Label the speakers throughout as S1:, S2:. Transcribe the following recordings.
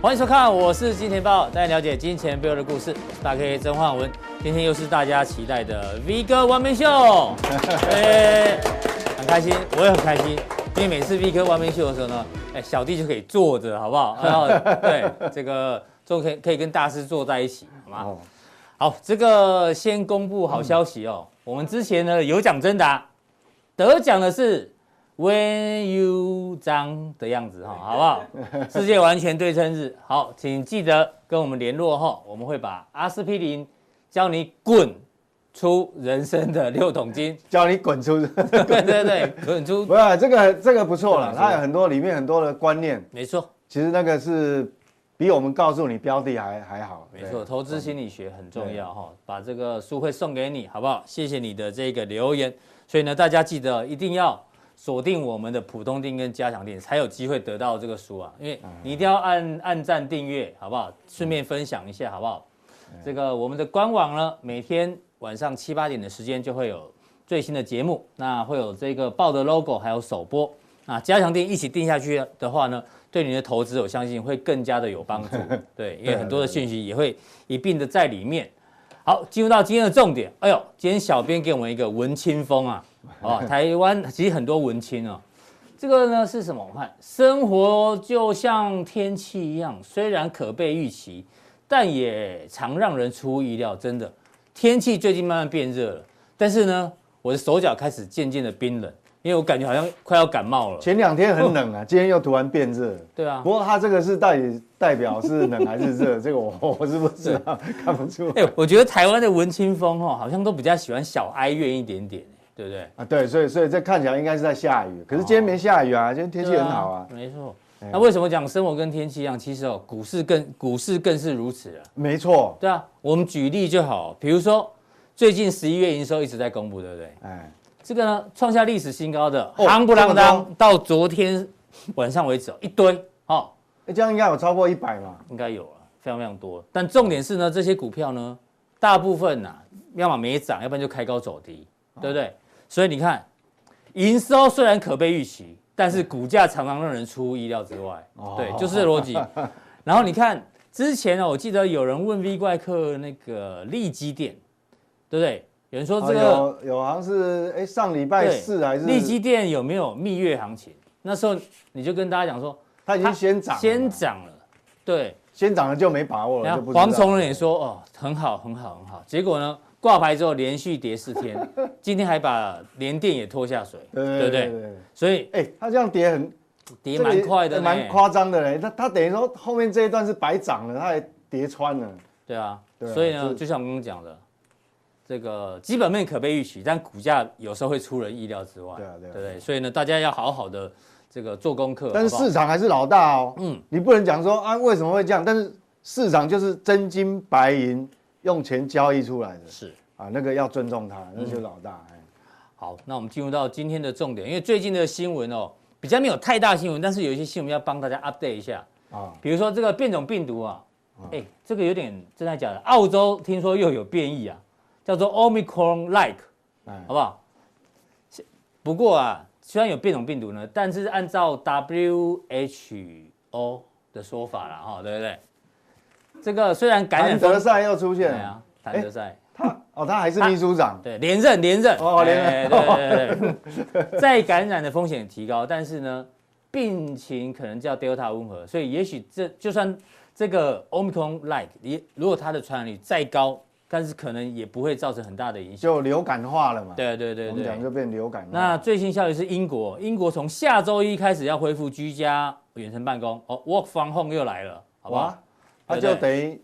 S1: 欢迎收看，我是金钱豹，带你了解金钱背后的故事。我是大 K 曾焕文，今天又是大家期待的 V 哥完美秀，哎，很开心，我也很开心，因为每次 V 哥完美秀的时候呢，哎，小弟就可以坐着，好不好？然后对这个终于可以可以跟大师坐在一起，好吗？
S2: 哦，
S1: 好，这个先公布好消息哦。我们之前呢有奖征答，得奖的是 When You 张的样子哈、好不好？世界完全对称日，好，请记得跟我们联络哈、我们会把阿司匹林教你滚出人生的六桶金，
S2: 叫你滚出去！
S1: 对对对，滚出，
S2: 不是这个这个不错了，
S1: 这个不错
S2: 它有很多里面很多的观念，
S1: 没错
S2: 其实那个是比我们告诉你标的还还好。
S1: 没错，
S2: 对，
S1: 投资心理学很重要哈、把这个书会送给你，好不好？谢谢你的这个留言，所以呢，大家记得一定要锁定我们的普通店跟加强店，才有机会得到这个书啊！因为你一定要按按赞订阅，好不好？顺便分享一下，好不好？这个我们的官网呢，每天晚上七八点的时间就会有最新的节目，那会有这个报的 logo，还有首播。啊，加强店一起定下去的话呢，对你的投资我相信会更加的有帮助。对，因为很多的讯息也会一并的在里面。好，进入到今天的重点。哎呦，今天小编给我们一个文青风啊，哦，台湾其实很多文青啊。这个呢是什么？我看生活就像天气一样，虽然可被预期，但也常让人出乎意料。真的，天气最近慢慢变热了，但是呢，我的手脚开始渐渐的冰冷，因为我感觉好像快要感冒了。
S2: 前两天很冷啊，今天又突然变热。
S1: 对哦啊
S2: 不，过它这个是到底代表是冷还是 热，这个我我是不知道，看不出来
S1: 哎、我觉得台湾的文青风哦，好像都比较喜欢小哀怨一点点，对不对？
S2: 啊。对，所以所以这看起来应该是在下雨，可是今天没下雨啊，今天天气很好啊
S1: 对。没错。那为什么讲生活跟天气一样？其实哦，股市更股市更是如此了。
S2: 没错，
S1: 对啊，我们举例就好，比如说最近十一月营收一直在公布，对不对？
S2: 哎，
S1: 这个呢创下历史新高的，
S2: 哦
S1: 夯不啷
S2: 这么
S1: 当到昨天晚上为止哦一堆哦，
S2: 哎这样应该有超过一百嘛？
S1: 应该有了，非常非常多。但重点是呢，这些股票呢，大部分呐、要么没涨，要不然就开高走低，
S2: 哦
S1: 对不对？所以你看，营收虽然可被预期，但是股价常常让人出乎意料之外，
S2: 哦
S1: 对，就是这 逻辑。然后你看之前啊呢、我记得有人问 V 怪客那个利基店，对不对？有人说这个、
S2: 哦有有好像是哎上礼拜
S1: 对
S2: 四还是
S1: 利基店有没有蜜月行情？那时候你就跟大家讲说，
S2: 它已经先涨了嘛，
S1: 先涨了，对。
S2: 先涨了就没把握了，
S1: 然
S2: 就
S1: 后
S2: 不知道
S1: 黄崇仁也说哦，很好，很好，很好。结果呢，挂牌之后连续跌四 天，今天还把联电也拖下水，对
S2: 对
S1: 不
S2: 对
S1: 对？
S2: 对。
S1: 所以
S2: 哎，它这样跌很
S1: 跌
S2: 这个也
S1: 蛮快的，
S2: 蛮。夸张的嘞。它它等于说后面这一段是白涨了，它还跌穿了。
S1: 对啊，
S2: 对啊
S1: 所以呢，
S2: 是
S1: 就像我刚刚讲的，这个基本面可被预期，但股价有时候会出人意料之外，
S2: 对啊对啊
S1: 不对？所以呢，大家要好好的这个做功课，
S2: 但是
S1: 好不好
S2: 市场还是老大哦。
S1: 嗯
S2: 嗯，你不能讲说啊为什么会这样，但是市场就是真金白银用钱交易出来的
S1: 是。
S2: 啊，那个要尊重
S1: 嗯
S2: 它，那就是老大。哎
S1: 好，那我们进入到今天的重点，因为最近的新闻哦，比较没有太大新闻，但是有一些新闻要帮大家 update 一下。
S2: 啊，
S1: 比如说这个变种病毒啊，哎、这个有点真的假的。澳洲听说又有变异啊，叫做 Omicron like，
S2: 哎
S1: 好不好？不过啊，虽然有变种病毒呢，但是按照 WHO 的说法啦，哈，对不对？这个虽然感
S2: 谭
S1: 染风
S2: 德赛又出
S1: 对
S2: 现
S1: 啊
S2: 了，，
S1: 谭德赛、
S2: 他哦他还是秘书长，
S1: 对连任连任
S2: 哦连任哦
S1: 哎对对对对 对，再感染的风险提高，但是呢，病情可能叫 Delta 温和，所以也许这就算这个 Omicron like 也如果它的传染率再高，但是可能也不会造成很大的影响。
S2: 就流感化了嘛。
S1: 对对对
S2: 我们讲
S1: 对。
S2: 就变流感化。
S1: 那最新消息是英国，英国从下周一开始要恢复居家远程办公，哦，work from home 又来了，好不好
S2: 哇？，它
S1: 对
S2: 就
S1: 不
S2: 等于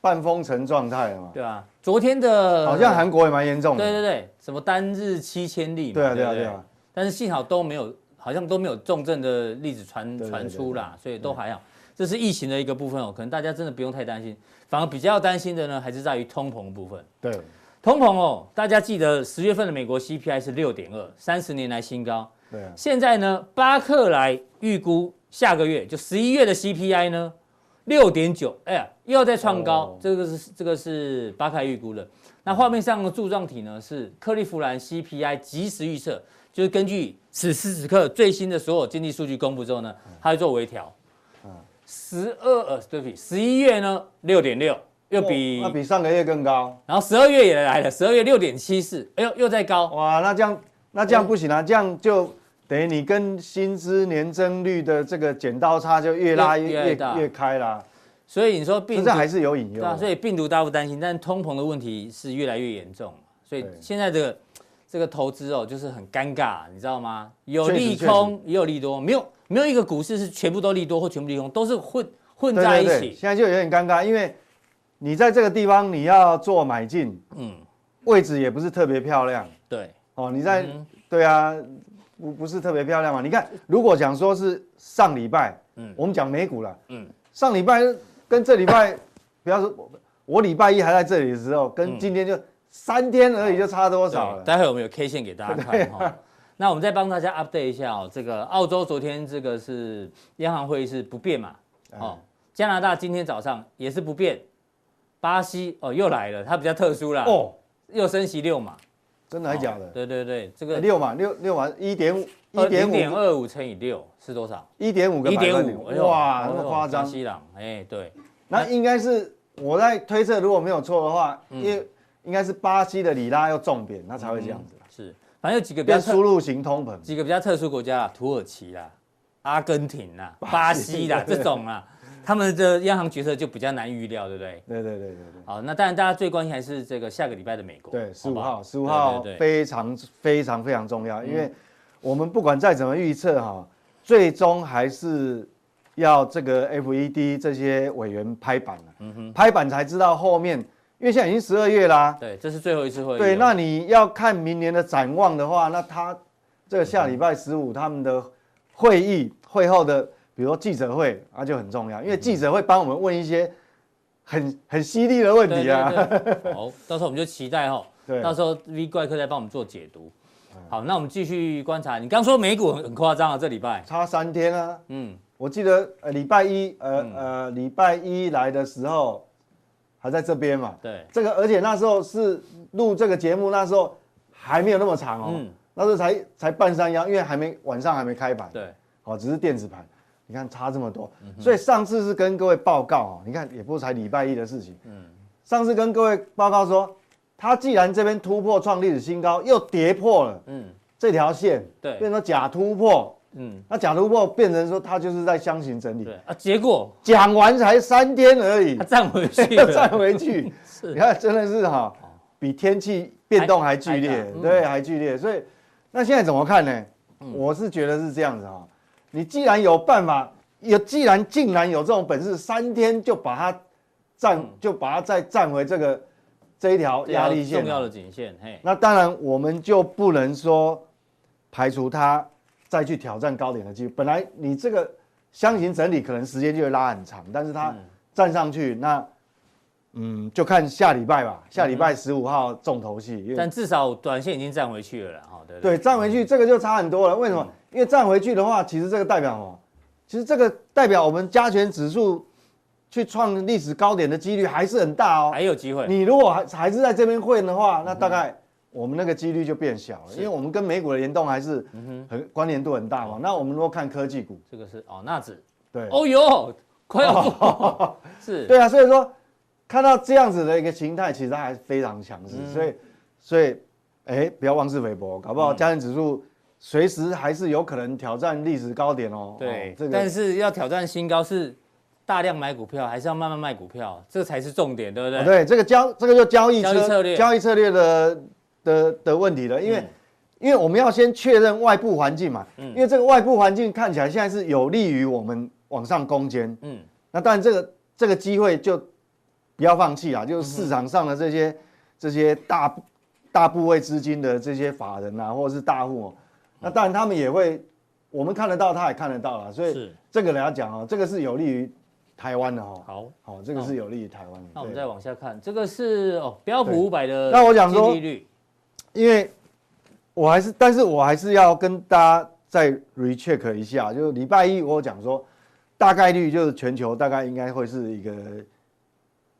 S2: 半封城状态了嘛。
S1: 对啊，昨天的
S2: 好像韩国也蛮严重的。
S1: 对对对，什么单日七千例嘛，
S2: 对啊
S1: 对
S2: 对啊
S1: 不
S2: 对啊。
S1: 但是幸好都没有，好像都没有重症的例子传
S2: 对对对
S1: 传出啦，所以都还好。这是疫情的一个部分哦，可能大家真的不用太担心，反而比较担心的呢，还是在于通膨的部分。
S2: 对啊
S1: 通膨哦，大家记得十月份的美国 CPI 是六点二，三十年来新高。
S2: 对啊，
S1: 现在呢，巴克莱预估下个月就十一月的 CPI 呢，六点九，哎呀，又要再创高。
S2: 哦
S1: 这个是这个是巴克莱预估的。那画面上的柱状体呢是克利夫兰 CPI 即时预测，就是
S2: 嗯
S1: 根据此时此刻最新的所有经济数据公布之后呢，它会做微调。十二呃，对不起，十一月呢六点六，又比
S2: 哦那比上个月更高。
S1: 然后十二月也来了，十二月六点七四，哎呦又在高，
S2: 哇，那这样那这样不行啊，这样就等于你跟薪资年增率的这个剪刀差就越拉
S1: 越
S2: 越
S1: 越大
S2: 越开啦，
S1: 所以你说病
S2: 这
S1: 毒
S2: 还是有隐忧
S1: 对啊，所以病毒大家不担心，但通膨的问题是越来越严重嘛所以
S2: 对
S1: 现在这个这个投资哦，就是很尴尬，你知道吗？有
S2: 确实
S1: 利空也有利多，没有没有一个股市是全部都利多或全部利空，都是混混
S2: 对
S1: 在一
S2: 对
S1: 起。
S2: 对，现在就有点尴尬，因为你在这个地方你要做买进，
S1: 嗯，
S2: 位置也不是特别漂亮
S1: 对，
S2: 哦，你在、
S1: 嗯
S2: 对啊，不不是特别漂亮嘛？你看，如果讲说是上礼拜，
S1: 嗯
S2: 我们讲美股了，
S1: 嗯
S2: 上礼拜跟这礼拜，不要说我我礼拜一还在这里的时候，跟今天就三天而已就差多
S1: 嗯
S2: 少
S1: 对
S2: 了？
S1: 待会我们有 K 线给大家看哈、 那我们再帮大家 update 一下哦，这个澳洲昨天这个是央行会议是不变嘛？
S2: 哎
S1: 哦，加拿大今天早上也是不变，巴西哦又来了，它比较特殊啦，
S2: 哦，
S1: 又升息六嘛。
S2: 真的还假
S1: 哦
S2: 的？
S1: 对对对，这
S2: 哎
S1: 个
S2: 六嘛，六六嘛，一点五，一
S1: 零点
S2: 点五，
S1: 二五乘以六是多少？
S2: 一点五个
S1: 一
S2: 百分
S1: 点
S2: 点
S1: 五，哎呦
S2: 哇，
S1: 哎
S2: 那
S1: 呦
S2: 么夸
S1: 巴
S2: 张。
S1: 西朗，哎，对，
S2: 那应该是我在推测，如果没有错的话，因
S1: 嗯
S2: 为应该是巴西的里拉要重点，它才会这样子，
S1: 是，反正有几个比较
S2: 变
S1: 特
S2: 输入型通膨。
S1: 几个比较特殊国家啦，土耳其啦、阿根廷啦、巴西啦这种啦，他们的央行决策就比较难预料，对不对？
S2: 对对对对对。
S1: 好，那当然大家最关心还是这个下个礼拜的美国，
S2: 对，十
S1: 好
S2: 五
S1: 不好
S2: 号，十五号
S1: 对对对嗯
S2: 非常非常非常重要，因为我们不管再怎么预测哈，最终还是要这个 FED 这些委员拍板了，
S1: 嗯
S2: 拍板才知道后面，因为现在已经十二月啦，
S1: 对，这是最后一次会议了。
S2: 对，那你要看明年的展望的话，那他这个下礼拜十五他们的会议会后的，比如说记者会，那就很重要，因
S1: 嗯
S2: 为记者会帮我们问一些很很犀利的问
S1: 对
S2: 题啊，
S1: 对对好，到时候我们就期待哈，
S2: 对
S1: 到时候 V 怪客再帮我们做解读。好，那我们继续观察。你刚说美股很很夸张啊，这礼拜，
S2: 差三天啊。
S1: 嗯，
S2: 我记得呃礼拜一呃、呃礼拜一来的时候还在这边嘛，
S1: 对，
S2: 这个而且那时候是录这个节目，那时候还没有那么长哦，
S1: 嗯
S2: 那时候才才半山腰，因为还没晚上还没开盘，
S1: 对，嗯
S2: 好、只是电子盘，你看差这么多，所以上次是跟各位报告哦，你看也不是才礼拜一的事情，嗯，上次跟各位报告说，它既然这边突破创历史新高，又跌破了
S1: 嗯
S2: 这条线，
S1: 对
S2: 变成说假突破。
S1: 嗯，
S2: 那假突破变成说它就是在箱型整理
S1: 对，啊，结果
S2: 讲完才三天而已
S1: 它，站回去
S2: 又
S1: 了，
S2: 站回去。
S1: 是
S2: 你看，真的是哈，比天气变动还剧
S1: 哦还还
S2: 烈
S1: 大嗯，嗯
S2: 对，还剧烈。所以那现在怎么看呢？我是觉得是这样子哈，你既然有办法，有既然竟然有这种本事，三天就把它站，
S1: 嗯
S2: 就把它再站回这个这一条压力线
S1: 重
S2: 啊
S1: 要。的颈线，嘿，
S2: 那当然，我们就不能说排除它再去挑战高点的机会。本来你这个箱型整理可能时间就会拉很长，但是它站上去，那嗯，就看下礼拜吧。下礼拜十五号重头戏，因为
S1: 但至少短线已经站回去了啦，哈，对不
S2: 对，站回去这个就差很多了。为什么？因为站回去的话，其实这个代表什么？其实这个代表我们加权指数去创历史高点的几率还是很大哦。
S1: 还有机会，
S2: 你如果还还是在这边混的话，那大概我们那个几率就变小了，
S1: 嗯是嗯
S2: 因为我们跟美股的联动还是很关联度很大嘛。那我们如果看科技股，
S1: 这个是哦，纳指，
S2: 对，
S1: 哦哟，快要过， 是，
S2: 对啊，所以说看到这样子的一个形态，其实它还非常强
S1: 嗯
S2: 势，所以所以哎，不要妄自菲薄，搞
S1: 嗯
S2: 不好加权指数随时还是有可能挑战历史高点哦。
S1: 对
S2: 哦，这
S1: 但
S2: 个
S1: 是要挑战新高是大量买股票，还是要慢慢卖股票，这才是重点，对不对？
S2: 哦对这个交这个就交易
S1: 交易策略
S2: 交易策略的的的问题了，因为
S1: 嗯。
S2: 因为我们要先确认外部环境嘛，因为这个外部环境看起来现在是有利于我们往上攻坚，
S1: 嗯，
S2: 那当然这个这个机会就不要放弃啦，啊
S1: 嗯
S2: 就是市场上的这些这些大大部位资金的这些法人啊，或者是大户、
S1: 嗯
S2: 哦，那当然他们也会，我们看得到，他也看得到啦，所以
S1: 是
S2: 这个来讲哦，这个是有利于台湾的哦，
S1: 好，
S2: 好、这个是有利于台湾的。
S1: 那我们
S2: 对
S1: 再往下看，这个是哦标普五百的，
S2: 那我想说
S1: 利率，
S2: 因为我还是，但是我还是要跟大家再 recheck 一下，就是礼拜一我有讲说，大概率就是全球大概应该会是一个，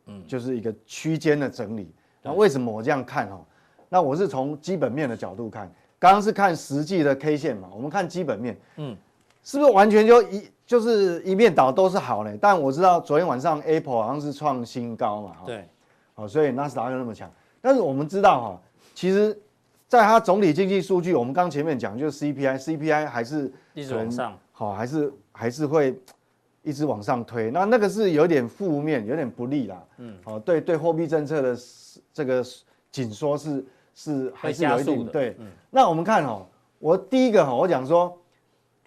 S2: 嗯，就是一个区间的整理。那为什么我这样看哦？那我是从基本面的角度看，刚刚是看实际的 K 线嘛，我们看基本面，嗯，是不是完全就一就是一面倒都是好嘞？但我知道昨天晚上 Apple 好像是创新高嘛，哈，
S1: 对，
S2: 好，所以纳斯达克那么强。但是我们知道哈，其实在它总体经济数据，我们刚前面讲就是 CPI，CPI 还是
S1: 一直往上，
S2: 好，还是还是会一直往上推。那那个是有点负面，有点不利啦。嗯，好，对对，货币政策的这个紧缩是是还是有一
S1: 会加速
S2: 点
S1: 的嗯
S2: 对。那我们看哦，我第一个哈，我讲说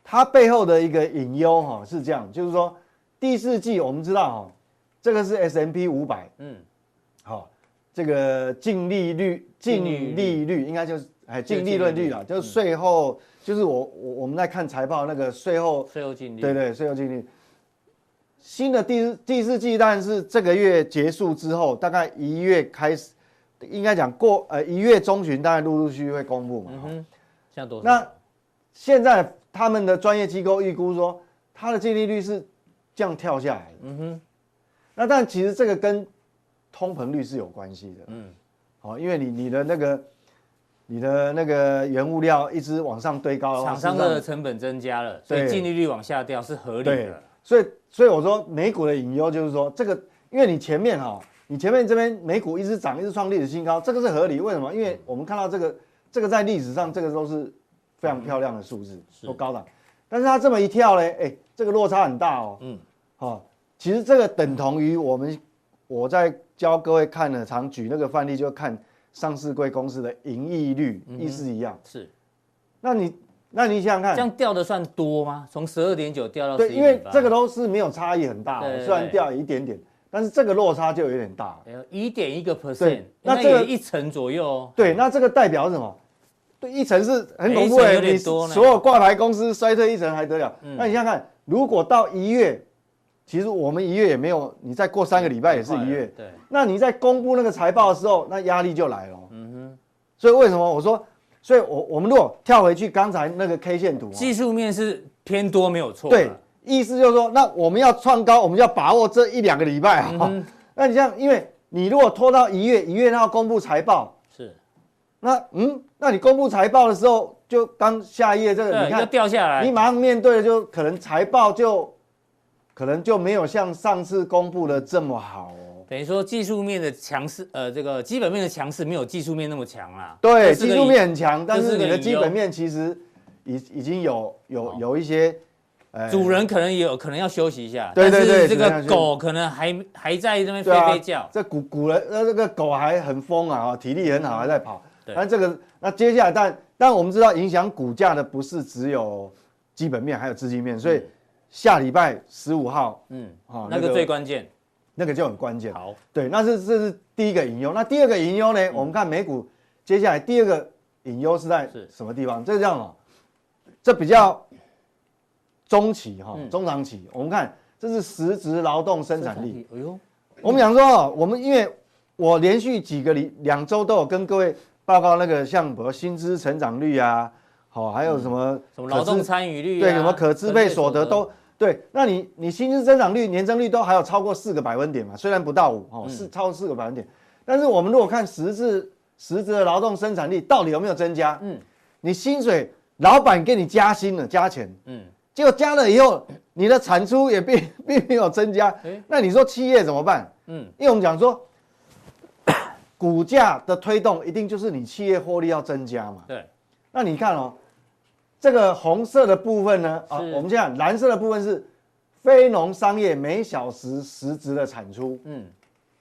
S2: 它背后的一个隐忧哈是这样，就是说第四季我们知道哈，这个是 S M P 五百，
S1: 嗯，
S2: 好、这个净利率、净
S1: 净
S2: 利率应该就是哎
S1: 就是
S2: 净利润率啦，就是税后，就是我我我们在看财报那个税后，
S1: 税后净利，嗯
S2: 对对，税后净利。新的第四第四季当然是这个月结束之后，大概一月开始，应该讲过呃一月中旬，大概陆陆续续会公布嘛。
S1: 嗯哼，现在多少？
S2: 那现在他们的专业机构预估说，它的净利率是这样跳下来的。嗯哼。那但其实这个跟通膨率是有关系的。嗯。好，因为你你的那个你的那个原物料一直往上堆高的话，
S1: 厂商
S2: 事实上
S1: 的成本增加了，所以
S2: 对
S1: 净利率往下掉是合理
S2: 对
S1: 的。，
S2: 所以所以我说美股的隐忧就是说，这个因为你前面哈、你前面这边美股一直涨，一直创历史新高，这个是合理。为什么？因为我们看到这个这个在历史上这个都是非常漂亮的数字，都高档。但是它这么一跳嘞，哎，这个落差很大哦。
S1: 嗯
S2: 嗯，好、其实这个等同于我们我在教各位看的，常举那个范例，就看上市贵公司的盈利率，
S1: 嗯
S2: 意思一样。
S1: 是，
S2: 那你那你想想看，
S1: 这样掉的算多吗？从十二点九掉到
S2: 对，
S1: 11.8
S2: 因为这个，都是没有差异很大哦
S1: 对对
S2: 的，虽然掉一点点，但是这个落差就有点大。
S1: 哎一点一个 percent，
S2: 对
S1: 那
S2: 那这
S1: 也
S2: 个
S1: 一成左右哦。
S2: 对，那这个代表是什么？对，一层是很恐怖
S1: 哎一层有
S2: 的，
S1: 点
S2: 你
S1: 多呢
S2: 所有挂牌公司衰退一层还得了？那你想想看，如果到一月，其实我们一月也没有，你再过三个礼拜也是一月，
S1: 对，
S2: 那你在公布那个财报的时候，那压力就来了。嗯哼，所以为什么我说，所以我我们如果跳回去刚才那个 K 线图哦，
S1: 技术面是偏多没有错啦。
S2: 对，意思就是说，那我们要创高，我们就要把握这一两个礼拜
S1: 嗯
S2: 啊、那你像，因为你如果拖到一月，一月它要公布财报，
S1: 是，
S2: 那嗯，那你公布财报的时候，就当下一页这个，
S1: 对，啊
S2: 你
S1: 要
S2: 看，
S1: 掉下来
S2: 你。马上面对的就可能财报就可能就没有像上次公布的这么好哦。
S1: 等于说技术面的强势，呃，这个基本面的强势没有技术面那么强啦。
S2: 对，
S1: 这是个
S2: 技术
S1: 隐
S2: 面很强，但
S1: 这是
S2: 是
S1: 个
S2: 你的
S1: 隐
S2: 基
S1: 忧
S2: 本面其实已已经有有
S1: 好
S2: 有一些，呃
S1: 哦主人可能也有可能要休息一下，
S2: 对
S1: 但是
S2: 对对
S1: 这
S2: 主人要
S1: 个
S2: 休息
S1: 狗可能还还在那边
S2: 对
S1: 飞
S2: 啊
S1: 飞叫，
S2: 这古古人呃，这个狗还很疯啊，哦体力很好，还在跑。
S1: 对
S2: 那这个那接下来，但但我们知道影响股价的不是只有基本面，还有资金面，所以下礼拜十五号
S1: 嗯
S2: 哦，
S1: 那
S2: 那
S1: 个
S2: 个
S1: 最关键。
S2: 那个就很关键。
S1: 好，嗯
S2: 对，那是这是第一个隐忧。那第二个隐忧呢？我们看美股接下来第二个隐忧是在
S1: 是
S2: 什么地方？这这样哦，这比较中期哈、
S1: 嗯
S2: 中长期。我们看这是实质劳动生产力。，
S1: 哎呦，
S2: 我们讲说哦，我们因为我连续几个礼两周都有跟各位报告那个像比如薪资成长率啊，好、还有什么
S1: 嗯什么
S2: 可
S1: 劳
S2: 支
S1: 动参与率啊，
S2: 对什么可支配所得
S1: 可支
S2: 都对，那你你薪资增长率、年增率都还有超过四个百分点嘛？虽然不到五
S1: 嗯
S2: 哦，是超过四个百分点，但是我们如果看实质实质的劳动生产力到底有没有增加？
S1: 嗯
S2: 嗯，你薪水老板给你加薪了，加钱，
S1: 嗯
S2: 嗯，结果加了以后，你的产出也并并没有增加，
S1: 诶
S2: 那你说企业怎么办？
S1: 嗯
S2: 嗯，因为我们讲说。 股价的推动一定就是你企业获利要增加嘛，
S1: 对，
S2: 那你看哦，这个红色的部分呢，啊，
S1: 是
S2: 我们现在蓝色的部分是非农商业每小时实质的产出，
S1: 嗯，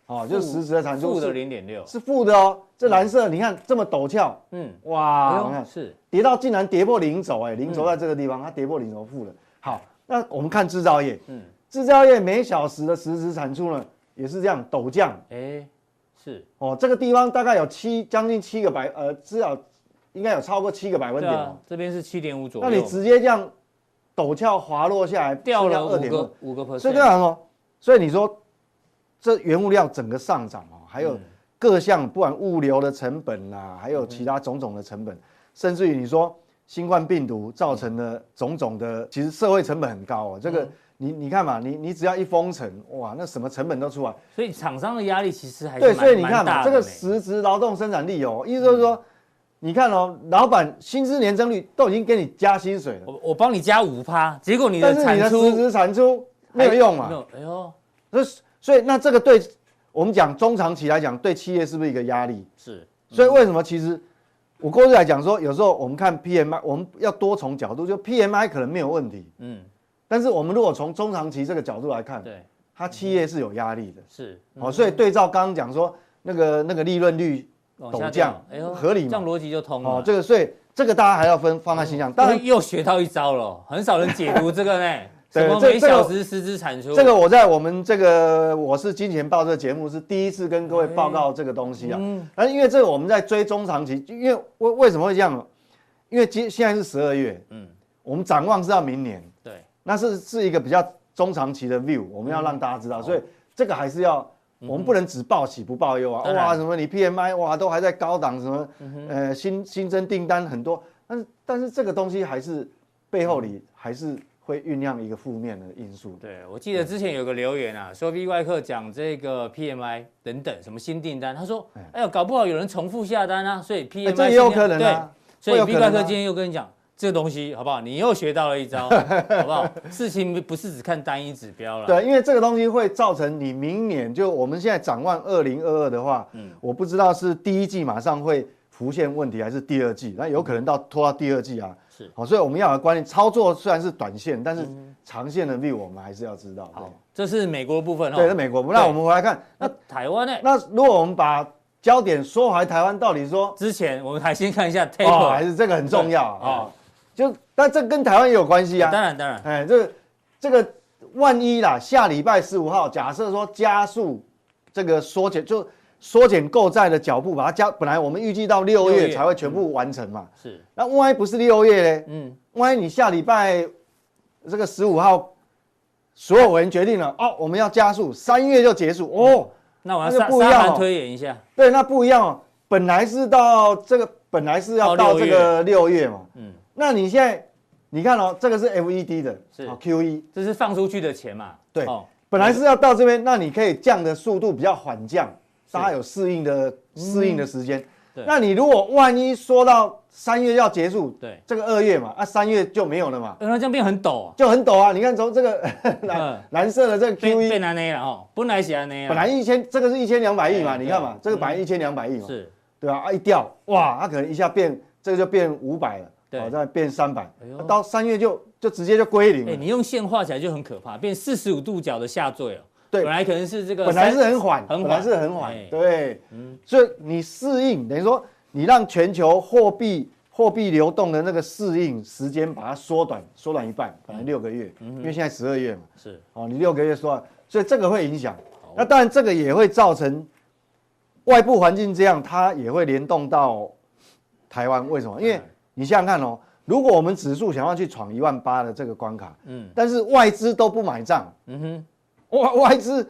S2: 哦，就是实质的产出
S1: 负的
S2: 是
S1: 零点六，
S2: 是负的哦。这蓝色你看这么陡峭，
S1: 嗯，哎
S2: 哇，
S1: 呦嗯
S2: 你看
S1: 是
S2: 跌到竟然跌破零轴，哎，零轴在这个地方，它跌破零轴负了。好，那我们看制造业，
S1: 嗯
S2: 嗯，制造业每小时的实质产出呢，也是这样陡降，
S1: 哎是，
S2: 哦，这个地方大概有七将近七个百，呃，至少应该有超过七个百分
S1: 对
S2: 点哦
S1: 啊。，这边是七点五左
S2: 那
S1: 右，
S2: 你直接这样陡峭滑落下来，
S1: 掉了
S2: 二
S1: 五
S2: 点
S1: 个五个 percent，
S2: 所以这样哦，所以你说这原物料整个上涨哦，还
S1: 嗯
S2: 有各项不管物流的成本啦、还有其他种种的成本，甚至于你说新冠病毒造成的种种的，其实社会成本很高哦。这个
S1: 嗯
S2: 你你看嘛，你你只要一封城，哇，那什么成本都出来。
S1: 所以厂商的压力其实还是
S2: 对，
S1: 蛮
S2: 所以你看
S1: 蛮大的
S2: 嘛，这个
S1: 呢
S2: 实质劳动生产力哦，意思就是说，你看哦，老板薪资年增率都已经给你加薪水了，
S1: 我我帮你加五趴，结果你的
S2: 但是你
S1: 产
S2: 的
S1: 出
S2: 实质产出没有
S1: 还
S2: 用
S1: 没
S2: 嘛？
S1: 有哎呦，
S2: 所以所以那这个对我们讲中长期来讲，对企业是不是一个压力？
S1: 是
S2: 所以为什么其实我过去来讲说，有时候我们看 PMI，我们要多重角度，就 PMI 可能没有问题，
S1: 嗯
S2: 但是我们如果从中长期这个角度来看，
S1: 对嗯
S2: 它企业是有压力的。
S1: 是
S2: 哦，所以对照刚刚讲说那个那个利润率
S1: 往
S2: 陡
S1: 下
S2: 降
S1: 降，哎呦
S2: 合理嘛
S1: 这样逻辑就通了。
S2: 哦，这个所以这个大家还要分放在
S1: 嗯
S2: 心上。当然，
S1: 又学到一招了，很少人解读这个 呢。
S2: 对
S1: 什么
S2: 这
S1: 每
S2: 这个
S1: 小时实质产出？
S2: 这个我在我们这个我是金钱豹这个节目是第一次跟各位报告这个东西啊。
S1: 嗯
S2: 而因为这个我们在追中长期，因为为为什么会这样？因为今现在是十二月，
S1: 嗯，
S2: 我们展望是到明年，
S1: 对，
S2: 那是是一个比较中长期的 view，我们要
S1: 嗯
S2: 让大家知道，所以这个还是要。我们不能只报喜不报忧啊！
S1: 当然嗯
S2: 哇，什么你 PMI 哇都还在高档，什么、呃新新增订单很多，但是但是这个东西还是背后里还是会酝酿一个负面的因素的。
S1: 嗯对，我记得之前有个留言啊，说 V 外客讲这个 PMI 等等什么新订单，他说，哎呦，搞不好有人重复下单啊，所以 PMI
S2: 哎这也有
S1: 新订
S2: 可
S1: 单
S2: 能啊，
S1: 对，所以
S2: 会
S1: V
S2: 有可
S1: 外
S2: 能
S1: ，E
S2: 啊
S1: 客今天又跟你讲这个东西好不好？你又学到了一 招，好不好？事情不是只看单一指标了，，
S2: 对，因为这个东西会造成你明年就我们现在展望二零二二的话，嗯，我不知道是第一季马上会浮现问题，还是第二季，那有可能到拖到第二季啊。
S1: 是
S2: 好，所以我们要有观念，操作虽然是短线，但是长线的 view 我们还是要知道。
S1: 嗯好，这是美国的部分
S2: 对，
S1: 哦。
S2: 对，那美国。那
S1: 对
S2: 我们回来看，
S1: 那
S2: 那
S1: 台湾呢？
S2: 那如果我们把焦点缩回台湾，到底说
S1: 之前我们还先看一下
S2: 哦，还
S1: table，
S2: 是这个很重要
S1: 对哦
S2: 啊？就但这跟台湾也有关系啊。
S1: 当然当然，
S2: 哎，这个这个万一啦，下礼拜十五号，假设说加速这个缩减，就缩减购债的脚步，把它加。本来我们预计到六
S1: 六
S2: 月
S1: 月嗯
S2: 才会全部完成嘛，
S1: 是，
S2: 那万一不是六月呢？
S1: 嗯，
S2: 万一你下礼拜这个十五号，所有人决定了哦，我们要加速，三月就结束
S1: 嗯
S2: 哦。
S1: 那我要
S2: 那就
S1: 沙
S2: 不一样
S1: 沙盘
S2: 哦
S1: 推演一下，
S2: 对，那不一样哦，本来是到这个，本来是要
S1: 到
S2: 到
S1: 六
S2: 这
S1: 月
S2: 个六月嘛，
S1: 嗯。
S2: 那你现在你看哦，这个是 FED 的，
S1: 是
S2: 哦 QE。
S1: 这是放出去的钱嘛？哦
S2: 对本来是要到这边，那你可以降的速度比较缓降，大家有适应的适应的时间。
S1: 嗯对
S2: 那你如果万一说到三月要结束，
S1: 对，
S2: 这个二月嘛，啊三月就没有了嘛，
S1: 呃那这样变很陡啊，
S2: 就很陡啊。你看从这个
S1: 嗯
S2: 蓝蓝色的这个
S1: 变
S2: QE，
S1: 变难 A 了哦，本来是安 A 啊，
S2: E 本来一千，这个是一千两百亿嘛，
S1: 对
S2: 你看嘛
S1: 对，嗯
S2: 这个本来一千两百亿嘛，
S1: 是，
S2: 对吧？啊一掉，哇，它可能一下变，这个就变五百了，
S1: 对
S2: 哦再变三百啊
S1: 哎呦，
S2: 到三月就就直接就归零
S1: 哎，
S2: 了。
S1: 你用线画起来就很可怕，变四十五度角的下坠哦，
S2: 对
S1: 本来可能是这个
S2: 本
S1: 三，
S2: 来是很缓，
S1: 很缓
S2: 本来是很缓
S1: 哎，
S2: 对，所以你适应，等于说你让全球货币货币流动的那个适应时间把它缩短，缩短一半，本
S1: 嗯
S2: 来六个月，因为现在十二月嘛，
S1: 是
S2: 哦，你六个月缩短，所以这个会影响。那当然，这个也会造成外部环境这样，它也会联动到台湾。为什么？因
S1: 哎
S2: 为你想想看哦，如果我们指数想要去闯一万八的这个关卡，
S1: 嗯
S2: 嗯，但是外资都不买账，嗯哼，外外资。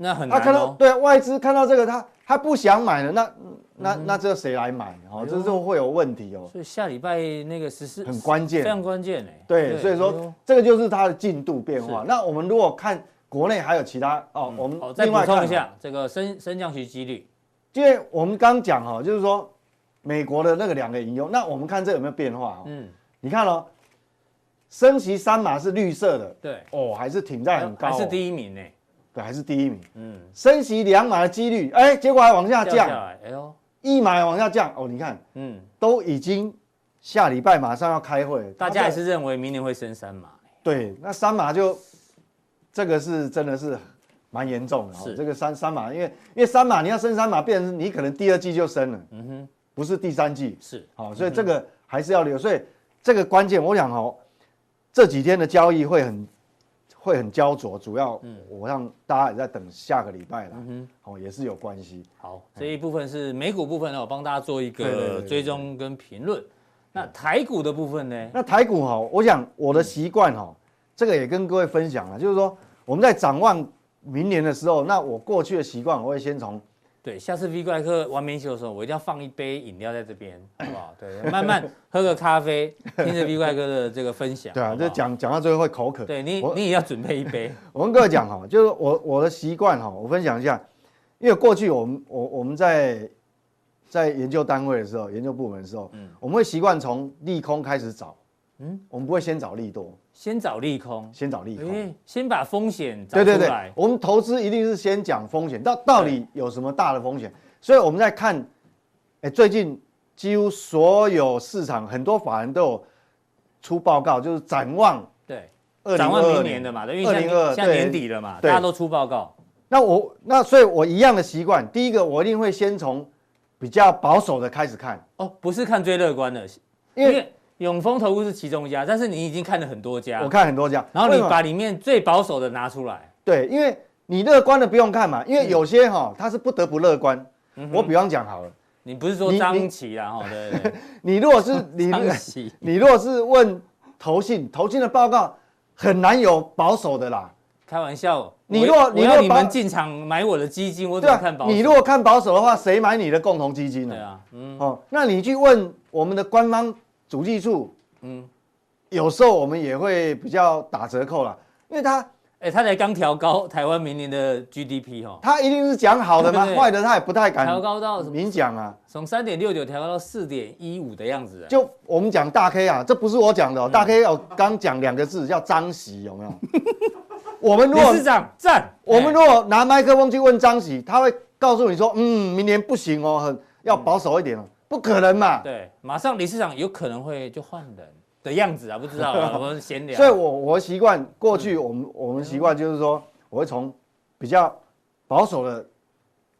S1: 那很
S2: 他
S1: 难
S2: 啊看到
S1: 哦，嗯
S2: 对外资看到这个，他他不想买了，那那那这谁来买？
S1: 哎
S2: 哦，这就会有问题哦。
S1: 所以下礼拜那个十四
S2: 很关键
S1: 非常关键哎，
S2: 对，所以
S1: 哎呦
S2: 说这个就是它的进度变化。那我们如果看国内还有其他哦，我们
S1: 嗯好，再
S2: 另
S1: 补
S2: 外
S1: 充
S2: 看
S1: 一
S2: 哦，
S1: 下这个升升降息几率，
S2: 因为我们刚讲哦，就是说美国的那个两个引用，那我们看这有没有变化哦？
S1: 嗯，
S2: 你看哦，升息三码是绿色的，
S1: 对，
S2: 哦，还是挺在很高哦，
S1: 还是第一名欸呢，
S2: 对，还是第一名。
S1: 嗯，
S2: 升息两码的几率，哎，结果还往下
S1: 掉下
S2: 降，
S1: 来，哎呦，
S2: 一码也往下降，哦，你看。
S1: 嗯，
S2: 都已经下礼拜马上要开会了，
S1: 大家还
S2: 那这
S1: 是认为明年会升三欸嘛，
S2: 对那三马就这个是真的是蛮严重的哦
S1: 是。
S2: 这个三三马，因为因为三马你要升三马，变成你可能第二季就升了，嗯哼，不是第三季，
S1: 是，
S2: 好、所以
S1: 嗯
S2: 这个还是要留。所以这个关键，我想哦，这几天的交易会很会很焦灼，主要
S1: 嗯
S2: 我让大家也在等下个礼拜啦，嗯哼，哦也是有关系。
S1: 好，这一部分是美股部分呢，我帮大家做一
S2: 嗯对对对
S1: 个
S2: 对对
S1: 追踪跟评论。那台股的部分呢？
S2: 那台股哈，我想我
S1: 嗯
S2: 的习惯哈，这个也跟各位分享了，就是说我们在展望明年的时候，那我过去的习惯，我会先从
S1: 对，下次 V 怪客玩免酒的时候，我一定要放一杯饮料在这边，好不好？对，慢慢喝个咖啡，听着 V 怪哥的这个分享。
S2: 对啊，
S1: 好不好
S2: 就，讲讲到最后会口渴。
S1: 对你
S2: 我
S1: 你也要准备一杯。
S2: 我跟各位讲哈， 就是我我的习惯哈，我分享一下，因为过去我们我我们在在研究单位的时候，研究部门的时候，
S1: 嗯
S2: 我们会习惯从利空开始找，嗯，我们不会先找利多，
S1: 先找利空，
S2: 先找利空。
S1: 哎，先把风险找
S2: 对
S1: 出
S2: 对
S1: 来
S2: 对，。我们投资一定是先讲风险，到到底有什么大的风险？所以我们在看，哎，最近几乎所有市场很多法人都有出报告，就是展望
S1: 对
S2: 二零
S1: 展望
S2: 二
S1: 明年的嘛，对，因
S2: 二
S1: 为
S2: 零
S1: 现在
S2: 二
S1: 现在年底了嘛，
S2: 对
S1: 大家都出报告，
S2: 那我那所以，我一样的习惯，第一个我一定会先从比较保守的开始看，
S1: 哦，不是看最乐观的，因
S2: 因为
S1: 为永丰投顾是其中一家，但是你已经看了很多家
S2: 我，看很多家，
S1: 然后
S2: 为
S1: 你
S2: 什么
S1: 把里面最保守的拿出来，
S2: 对，因为你乐观的不用看嘛，因为
S1: 嗯
S2: 有些哈、他是不得不乐观。我比方讲好了，
S1: 你不是说
S2: 你你
S1: 张琪啦，哈，对 对对，
S2: 你如 果是你
S1: 张琪，
S2: 你如果是问投信，投信的报告很难有保守的啦，
S1: 开玩笑，
S2: 你
S1: 我
S2: 若
S1: 我
S2: 你
S1: 要
S2: 若
S1: 你
S2: 把
S1: 们进场买我的基金，我怎
S2: 对
S1: 么
S2: 啊
S1: 看保，守？
S2: 你如果看保守的话，谁买你的共同基金呢
S1: 对？啊，嗯，
S2: 哦，那你去问我们的官方主计处，
S1: 嗯
S2: 嗯，有时候我们也会比较打折扣啦，因为他
S1: 哎，他才刚调高台湾明年的 GDP 哈，
S2: 他一定是讲好的嘛，
S1: 对对对
S2: 坏的他也不太敢
S1: 哦调高到什么？
S2: 明讲啊。
S1: 从三点六九调高到四点一五的样子，哎
S2: 就我们讲大 K 啊，这不是我讲的、
S1: 嗯
S2: 哦，大 K 我刚讲两个字叫张喜，有 没有？我们如
S1: 理
S2: 果
S1: 事长赞，
S2: 我们
S1: 哎
S2: 如果拿麦克风去问张喜，他会告诉你说，嗯，明年不行哦，很要保守一点哦，不可能嘛。
S1: 对，马上理事长有可能会就换人的样子啊，不知道啊， 嗯我们闲聊。
S2: 所以我我习惯过去我们、我们习惯就是说，我会从比较保守的，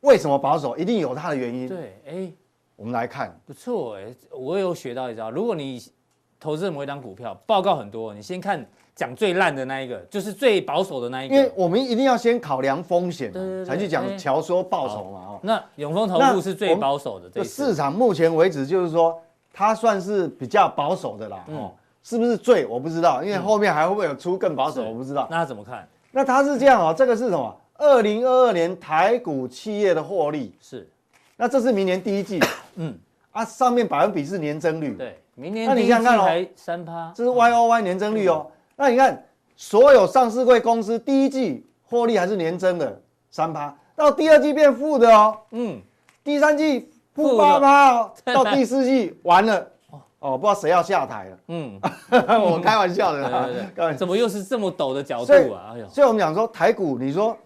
S2: 为什么保守，一定有它的原因。
S1: 对，哎，
S2: 我们来看，
S1: 不错哎，我有学到一招。如果你投资某一档股票，报告很多，你先看讲最烂的那一个，就是最保守的那一
S2: 因为
S1: 个。
S2: 我们一定要先考量风险嘛，
S1: 对对对
S2: 才去
S1: 哎
S2: 讲乔说报酬嘛。哦，
S1: 那永丰投
S2: 那
S1: 顾是最
S2: 我们
S1: 保守的，这
S2: 就
S1: 一
S2: 市
S1: 次
S2: 场目前为止就是说，它算是比较保守的
S1: 嗯
S2: 啦。哦，是不是最我不知道，因为后面还会不会有出更保守，
S1: 是
S2: 我不知道。
S1: 那他怎么看？
S2: 那它是这样哦，这个是什么？二零二二年台股企业的获利，
S1: 是
S2: 那这是明年第一季， 嗯，啊，上面百分比是年增率，，
S1: 对，嗯明年
S2: 那
S1: 第一
S2: 你
S1: 季
S2: 想想看哦
S1: 还三趴，
S2: 这是 Y O Y 年增率
S1: 嗯
S2: 哦。那你看，所有上市贵公司第一季获利还是年增的三趴，到第二季变负的哦，
S1: 嗯，
S2: 第三季
S1: 负
S2: 负
S1: 的
S2: 八趴哦，
S1: 对
S2: 到第四季完了，哦，不知道谁要下台了，
S1: 嗯，
S2: 我开玩笑的
S1: 对
S2: 啦
S1: 对，
S2: 开玩
S1: 对，怎么又是这么陡的角
S2: 所以
S1: 度啊？哎呦，
S2: 所以我们讲说台股，你说，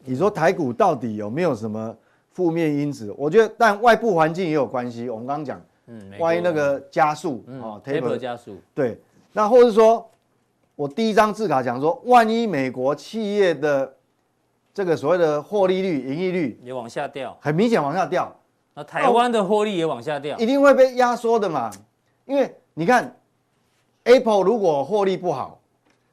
S2: 你说台股到底有没有什么负面因子？我觉得，但外部环境也有关系。我们刚刚讲，
S1: 嗯，美国
S2: 万一那个加速
S1: 嗯
S2: 哦
S1: taper
S2: ，taper
S1: 加速，
S2: 对，那或者说，我第一张字卡讲说，万一美国企业的这个所谓的获利率、盈利率
S1: 也往下掉，
S2: 很明显往下掉，
S1: 那台湾的获利也往下掉
S2: 一，定会被压缩的嘛。因为你看，Apple 如果获利不好，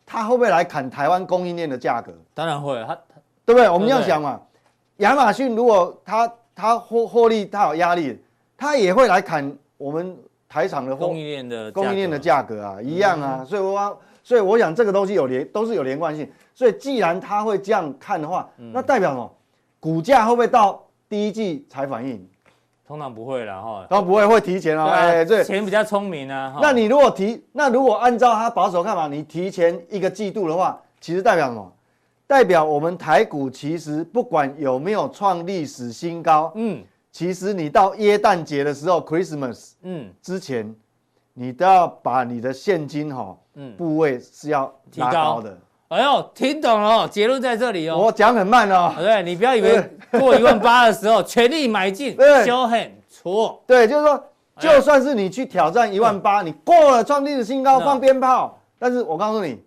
S2: 它会不会来砍台湾供应链的价格？
S1: 当然会，它它
S2: 对不对？我们
S1: 对
S2: 要
S1: 不对
S2: 想嘛，亚马逊如果它它获获利它有压力，它也会来砍我们台厂的货
S1: 供应链的
S2: 供应链
S1: 格啊
S2: 的价格啊，一样啊。所以我所以我想这个东西有连都是有连贯性。所以既然它会这样看的话，那代表什么？股价会不会到第一季才反应？
S1: 通常不会啦哈。啊
S2: 然后不会会提前哦。啊哎，对。
S1: 钱比较聪明啊。哈
S2: 那你如果提，那如果按照它保守看法，你提前一个季度的话，其实代表什么？代表我们台股其实不管有没有创历史新高，
S1: 嗯
S2: 其实你到耶诞节的时候，Christmas
S1: 嗯
S2: 之前，你都要把你的现金哈、
S1: 嗯，
S2: 部位是要拉高的。
S1: 哎呦，听懂了哦，结论在这里哦。
S2: 我讲很慢哦，
S1: 对，你不要以为过一万八的时候全力买进，
S2: 对
S1: 修很错，
S2: 对，就是说，
S1: 哎嗯呀
S2: 就算是你去挑战一万八，你过了创历史新高
S1: 那
S2: 放鞭炮，但是我告诉你，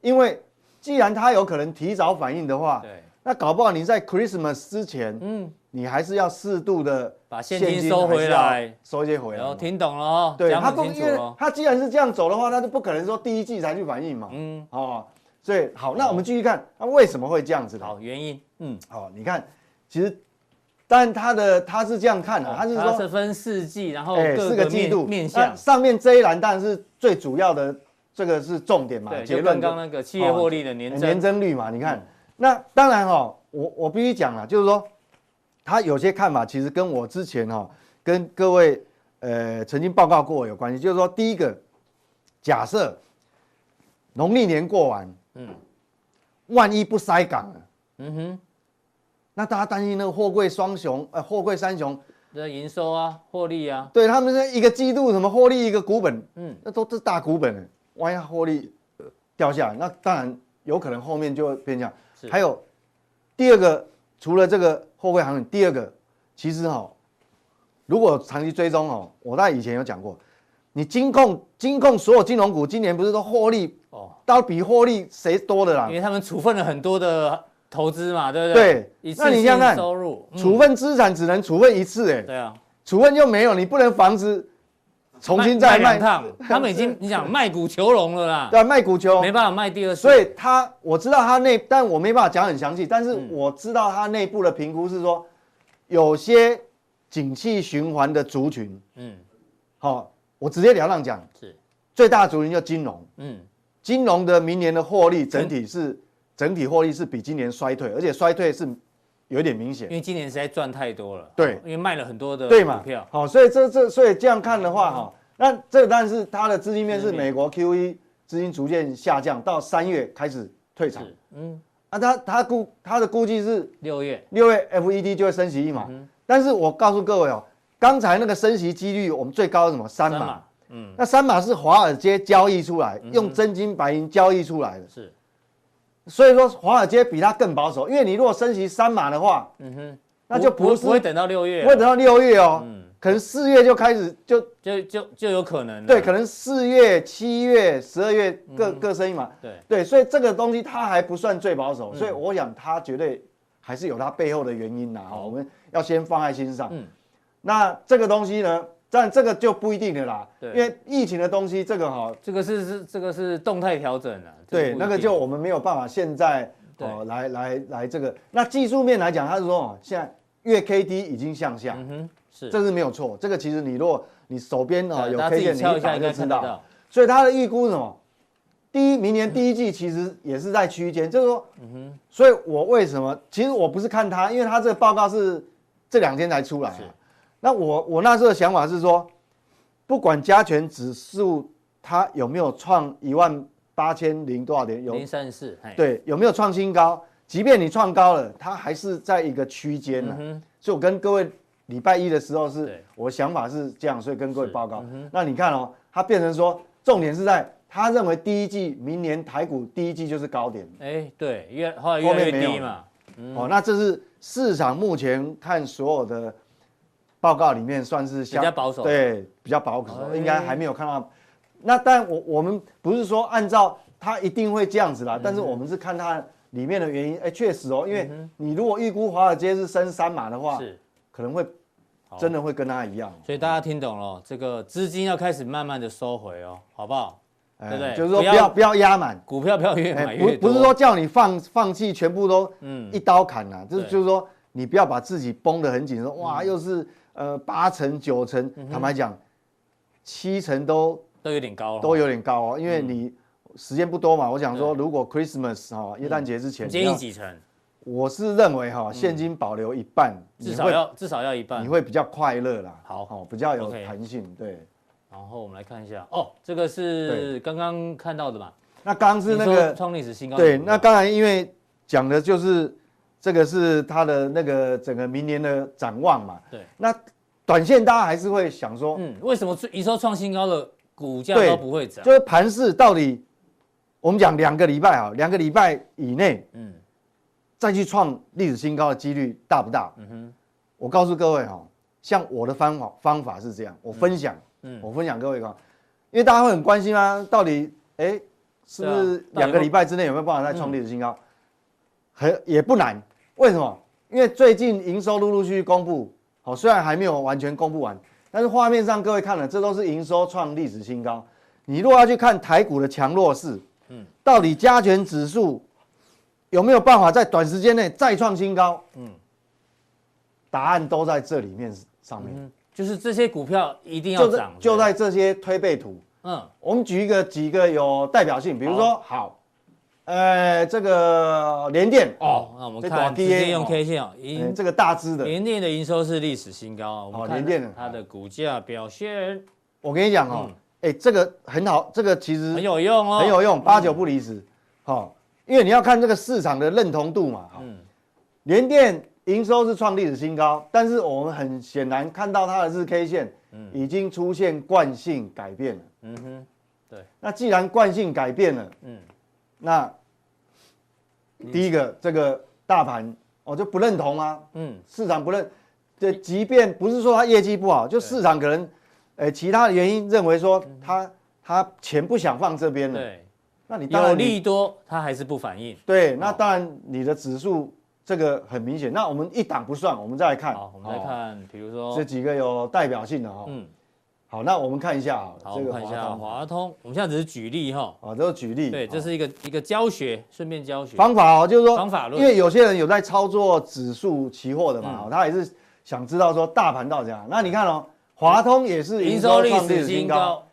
S2: 因为既然它有可能提早反应的话，
S1: 对，
S2: 那搞不好你在 Christmas 之前，
S1: 嗯，
S2: 你还是要适度的
S1: 把现金收回来，，
S2: 收一些回来
S1: 然后
S2: 嘛。
S1: 听懂了哦，
S2: 对，
S1: 讲
S2: 他
S1: 很
S2: 不
S1: 清
S2: 因
S1: 楚
S2: 为
S1: 哦。
S2: 他既然是这样走的话，他就不可能说第一季才去反应嘛。
S1: 嗯，
S2: 哦，所以好，那我们继续看，那为什么会这样子呢？
S1: 好，原因，嗯，
S2: 好，哦你看，其实，但他的他是这样看的，啊他是
S1: 哦它
S2: 说，
S1: 分四季，然后
S2: 哎，
S1: 各
S2: 四
S1: 个
S2: 个季
S1: 面
S2: 度
S1: 面
S2: 那
S1: 向，
S2: 上面这一栏当然是最主要的，这个是重点嘛，
S1: 对，
S2: 结
S1: 就
S2: 论
S1: 刚
S2: 就哦哎
S1: 刚那个企业获利的年
S2: 年
S1: 增，嗯
S2: 增率嘛，你看，那当然哈、哦我我必须讲了，就是说，他有些看法其实跟我之前哈、跟各位呃曾经报告过有关系，就是说，第一个，假设农历年过完，
S1: 嗯
S2: 嗯，万一不塞港了，
S1: 嗯哼，
S2: 那大家担心那个货柜双雄，呃，货柜三雄
S1: 这营收啊、获利啊，
S2: 对他们这一个季度什么获利一个股本，
S1: 嗯，
S2: 那都是大股本的，万一它获利呃掉下来，那当然有可能后面就会偏强
S1: 是。
S2: 还有第二个，除了这个货柜航运，第二个其实哈、如果长期追踪哦，我在以前有讲过，你金控金控所有金融股今年不是都获利
S1: 哦，
S2: 到底比获利谁多的啦
S1: 因？为他们处分了很多的投资嘛，对不对
S2: 对？
S1: 一次
S2: 那你
S1: 性
S2: 想想看
S1: 收入，嗯
S2: 处分资产只能处分一次，哎，
S1: 对啊，
S2: 处分就没有，你不能房子重新
S1: 卖卖
S2: 再
S1: 两
S2: 卖，
S1: 趟， 他们已经你想卖骨求荣了啦，
S2: 对啊，卖股球
S1: 没，办法卖第二次，
S2: 所以他我知道他内，但我没办法讲很详细，但是
S1: 嗯
S2: 我知道他内部的评估是说，有些景气循环的族群，
S1: 嗯
S2: 好、我直截了当讲，
S1: 是
S2: 最大的族群叫金融，
S1: 嗯
S2: 金融的明年的获利整体是、整体获利是比今年衰退，而且衰退是有一点明显
S1: 因，为今年实在赚太多了，
S2: 对
S1: 因为卖了很多的
S2: 对嘛
S1: 股票？，嗯
S2: 好、所以这这所以这样看的话，哈、那这但是它的资金面
S1: 资
S2: 是
S1: 金面
S2: 美国 Q E 资金逐渐下降，到三月开始退场。
S1: 是嗯，
S2: 啊，他他估他的估计是
S1: 六月
S2: 六月 FED 就会升息一码，
S1: 嗯
S2: 但是我告诉各位哦，刚才那个升息几率我们最高是什么？三
S1: 三
S2: 码。
S1: 嘛，嗯
S2: 那三码是华尔街交易出来，用真金白银交易出来的，
S1: 是
S2: 所以说华尔街比它更保守，因为你如果升息三码的话，
S1: 嗯哼，
S2: 那就不
S1: 不
S2: 是
S1: 不会等到六月
S2: 不会
S1: 啊，
S2: 等到六月哦，
S1: 嗯
S2: 可能四月就开始就
S1: 就就就有可能了
S2: 对，可能四月、七月、十二月各、
S1: 嗯
S2: 各升一码，
S1: 对
S2: 对，所以这个东西它还不算最保守，
S1: 嗯
S2: 所以我想它绝对还是有它背后的原因呐、哈，我们要先放在心上。
S1: 嗯
S2: 那这个东西呢，但这个就不一定了啦，
S1: 对
S2: 因为疫情的东西，这个哈、
S1: 这个是是这个是动态调整啊，这
S2: 对，
S1: 不一
S2: 那个
S1: 定
S2: 就我们没有办法现在
S1: 对
S2: 哦来来来这个。那技术面来讲，它是说哦，现在月 K D 已经向下，
S1: 嗯哼是，
S2: 这是没有错，这个其实你如果你手边哦
S1: 对
S2: 有
S1: 大家
S2: K
S1: 自己
S2: 线，你
S1: 敲一下
S2: 打
S1: 应
S2: 就
S1: 该
S2: 知
S1: 看得
S2: 道。
S1: 到，
S2: 所以它的预估是什么？第一，明年第一季其实也是在区间，就是说，所以我为什么？其实我不是看它，因为它这个报告是这两天才出来、啊
S1: 是。
S2: 那我我那时候的想法是说，不管加权指数它有没有创一万八千零多少点，有
S1: 零三四，嘿，
S2: 对有没有创新高？即便你创高了，它还是在一个区间呢。
S1: 嗯
S2: 所以我跟各位礼拜一的时候是
S1: 对，嗯
S2: 我想法是这样，所以跟各位报告。那你看哦，他变成说，重点是在他认为第一季明年台股第一季就是高点、
S1: 哼，哎对，越后来越来
S2: 后面没
S1: 越
S2: 有
S1: 低嘛，
S2: 哦，那这是市场目前看所有的报告里面算是相
S1: 比较保守
S2: 对，比较保守，
S1: 哎
S2: 应该还没有看到。那但我我们不是说按照它一定会这样子
S1: 嗯
S2: 啦，但是我们是看它里面的原因。哎，确实哦，因为你如果预估华尔街是升三码的话，
S1: 是，
S2: 可能会
S1: 好
S2: 真的会跟它一样。
S1: 所以大家听懂了，这个资金要开始慢慢的收回哦，好不好？
S2: 哎
S1: 对不对
S2: 就是说
S1: 不
S2: 不
S1: 要
S2: 要不要压满，
S1: 股票不要越买
S2: 哎，
S1: 越
S2: 不
S1: 多，
S2: 不是说叫你放放弃全部都
S1: 嗯
S2: 一刀砍啦，就是
S1: 对嗯
S2: 就是说你不要把自己绷得很紧，说哇又是呃八成九成，坦白讲，七成都
S1: 都有点高了，
S2: 都有点高哦，因为你
S1: 嗯
S2: 时间不多嘛。我想说，如果 Christmas 哈耶诞节之前
S1: 你，嗯建
S2: 你
S1: 议
S2: 要
S1: 几成？
S2: 我是认为哈现金保留一半，
S1: 至
S2: 你
S1: 少
S2: 会
S1: 要至少要一半
S2: 你。会比较快乐啦，
S1: 好
S2: 哦比较有
S1: OK
S2: 弹性，对。
S1: 然后我们来看一下，哦，这个是刚刚看到的嘛，
S2: 那刚刚是那个
S1: 你说创历史新高的股
S2: 对，
S1: 票。
S2: 那刚才因为讲的就是这个是它的那个整个明年的展望嘛。
S1: 对，
S2: 那短线大家还是会想说，
S1: 嗯，为什么一说创新高的股价
S2: 对
S1: 都不会涨？
S2: 就是盘市到底，我们讲两个礼拜啊，两个礼拜以内
S1: 嗯，
S2: 再去创历史新高的几率大不大？嗯哼，我告诉各位哈、啊像我的方法方法是这样，我分享，
S1: 嗯
S2: 我分享各位看，因为大家会很关心啊，到底哎、是
S1: 对
S2: 不
S1: 啊
S2: 是
S1: 到底
S2: 两个
S1: 会嗯
S2: 礼拜之内有没有办法再创历史新高？很也不难，为什么？因为最近营收陆陆续续公布，好、虽然还没有完全公布完，但是画面上各位看了，这都是营收创历史新高。你如果要去看台股的强弱势，嗯，到底加权指数有没有办法在短时间内再创新高？嗯，答案都在这里面上面，
S1: 嗯，就是这些股票一定要
S2: 就在
S1: 涨，
S2: 就在
S1: 对
S2: 这些推背图。
S1: 不对嗯，
S2: 我们举一个几个有代表性，比如说好，呃，这个联电
S1: 哦，那我们
S2: 这
S1: 看
S2: 大
S1: 直
S2: K
S1: 接用
S2: A，
S1: K 嗯线哦，
S2: 哦
S1: 银
S2: 呃这个大只的，
S1: 联电的营收是历史新高啊，我们
S2: 哦
S1: 看
S2: 联电的
S1: 它的股价表现
S2: 我跟你讲哦，哎，这个很好，这个其
S1: 嗯
S2: 实
S1: 很有用哦，
S2: 很有用，八九不
S1: 嗯
S2: 离十，好，因为你要看这个市场的认同度嘛，好，联电营收是创历史新高，但是我们很显然看到它的日 K 线已经出现惯性改变了。
S1: 嗯哼，对，
S2: 那既然惯性改变了，嗯，那第一个这个大盘我就不认同啊，
S1: 嗯，
S2: 市场不认，这即便不是说它业绩不好，就市场可能，呃，其他的原因认为说它它钱不想放这边了，
S1: 嗯对，
S2: 那嗯你当
S1: 有
S2: 然你
S1: 利哦多它还是不反应。
S2: 对，那当然你的指数这个很明显，那我们一档不算，我们再来看，
S1: 好，我们再
S2: 哦
S1: 看，比如
S2: 这
S1: 说，
S2: 几个有代表性的哈，
S1: 嗯，
S2: 好，那我们看一下啊，
S1: 好，我们看一下
S2: 华通
S1: 华通，我们现在只是举例哈，
S2: 啊，都举例，
S1: 对，这
S2: 哦
S1: 是一个一个教学，顺便教学。
S2: 方法哦，就是说
S1: 方法论嗯
S2: 因为有些人有在操作指数期货的嘛，哦他也是想知道说大盘到底怎样。那你看哦，华通也是
S1: 营
S2: 营
S1: 收
S2: 收
S1: 历
S2: 创历
S1: 史
S2: 史
S1: 新
S2: 新高，
S1: 高，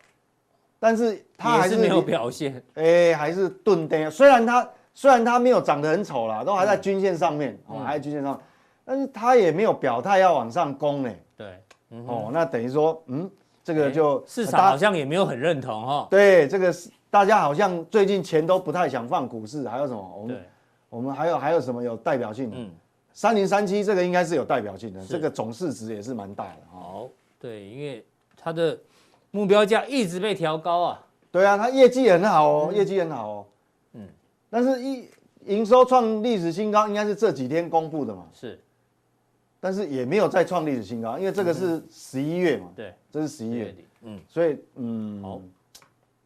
S2: 但是它
S1: 也
S2: 还
S1: 是
S2: 是
S1: 没有，表现。
S2: 哎，还是钝跌。虽然它虽然它没有长得很丑啦，
S1: 嗯
S2: 都还在均线上面，哦，还在均线上，但是它也没有表态要往上攻呢。
S1: 对，嗯哼，
S2: 哦，那等于说，嗯，这个
S1: 哎
S2: 就
S1: 市
S2: 大
S1: 场好像也没有很认同哈。
S2: 对这个是大家好像最近钱都不太想放股市，还有什么？我们
S1: 对，
S2: 我们还有还有什么有代表性的？
S1: 嗯，
S2: 三零三七这个应该是有代表性的，
S1: 是
S2: 这个总市值也是蛮大的哦。
S1: 好，对，因为它的目标价一直被调高啊。
S2: 对啊，它业绩也很好哦，业绩也很好哦。
S1: 嗯
S2: 嗯，但是一营收创历史新高，应该是这几天公布的嘛，
S1: 是，
S2: 但是也没有再创历史新高，因为这个是十一月嘛，
S1: 嗯对，
S2: 这是十一
S1: 月
S2: 月，
S1: 底，嗯，
S2: 所以嗯，
S1: 好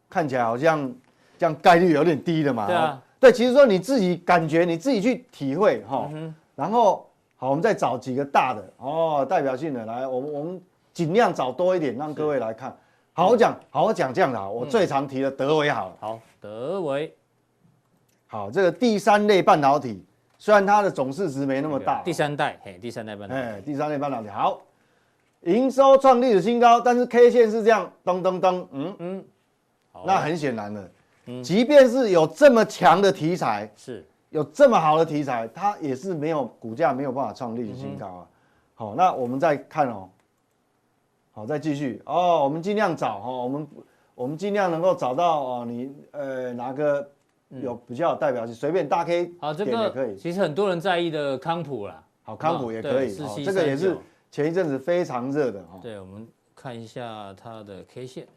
S2: 看起来好像这样概率有点低的嘛。
S1: 对啊
S2: 哦，对，其实说你自己感觉，你自己去体会哈、哦然后好，我们再找几个大的哦，代表性的来，我们我们尽量找多一点，让各位来看。好，我讲好，我讲这样的啊，我最常提的德维好了。
S1: 好，德维
S2: 好，这个第三类半导体，虽然它的总市值没那么大，哦
S1: 第三代，嘿，第三代半导体，
S2: 哎，啊第三类半导体好，营收创历史新高，但是 K 线是这样，噔噔噔，嗯，
S1: 好
S2: 那很显然的，即便是有这么强的题材，
S1: 是，
S2: 有这么好的题材，它也是没有股价没有办法创历史新高啊。好、那我们再看哦，好，再继续哦，我们尽量找哦，我们我们尽量能够找到哦，你呃哪个有比较有代表性，随便大 K
S1: 嗯好，这
S2: 点也可
S1: 个
S2: 以，
S1: 其实很多人在意的康普啦，
S2: 好康普也可以，
S1: 对
S2: 哦
S1: 4739
S2: 这个也是前一阵子非常热的哦。
S1: 对，我们看一下它的 K 线，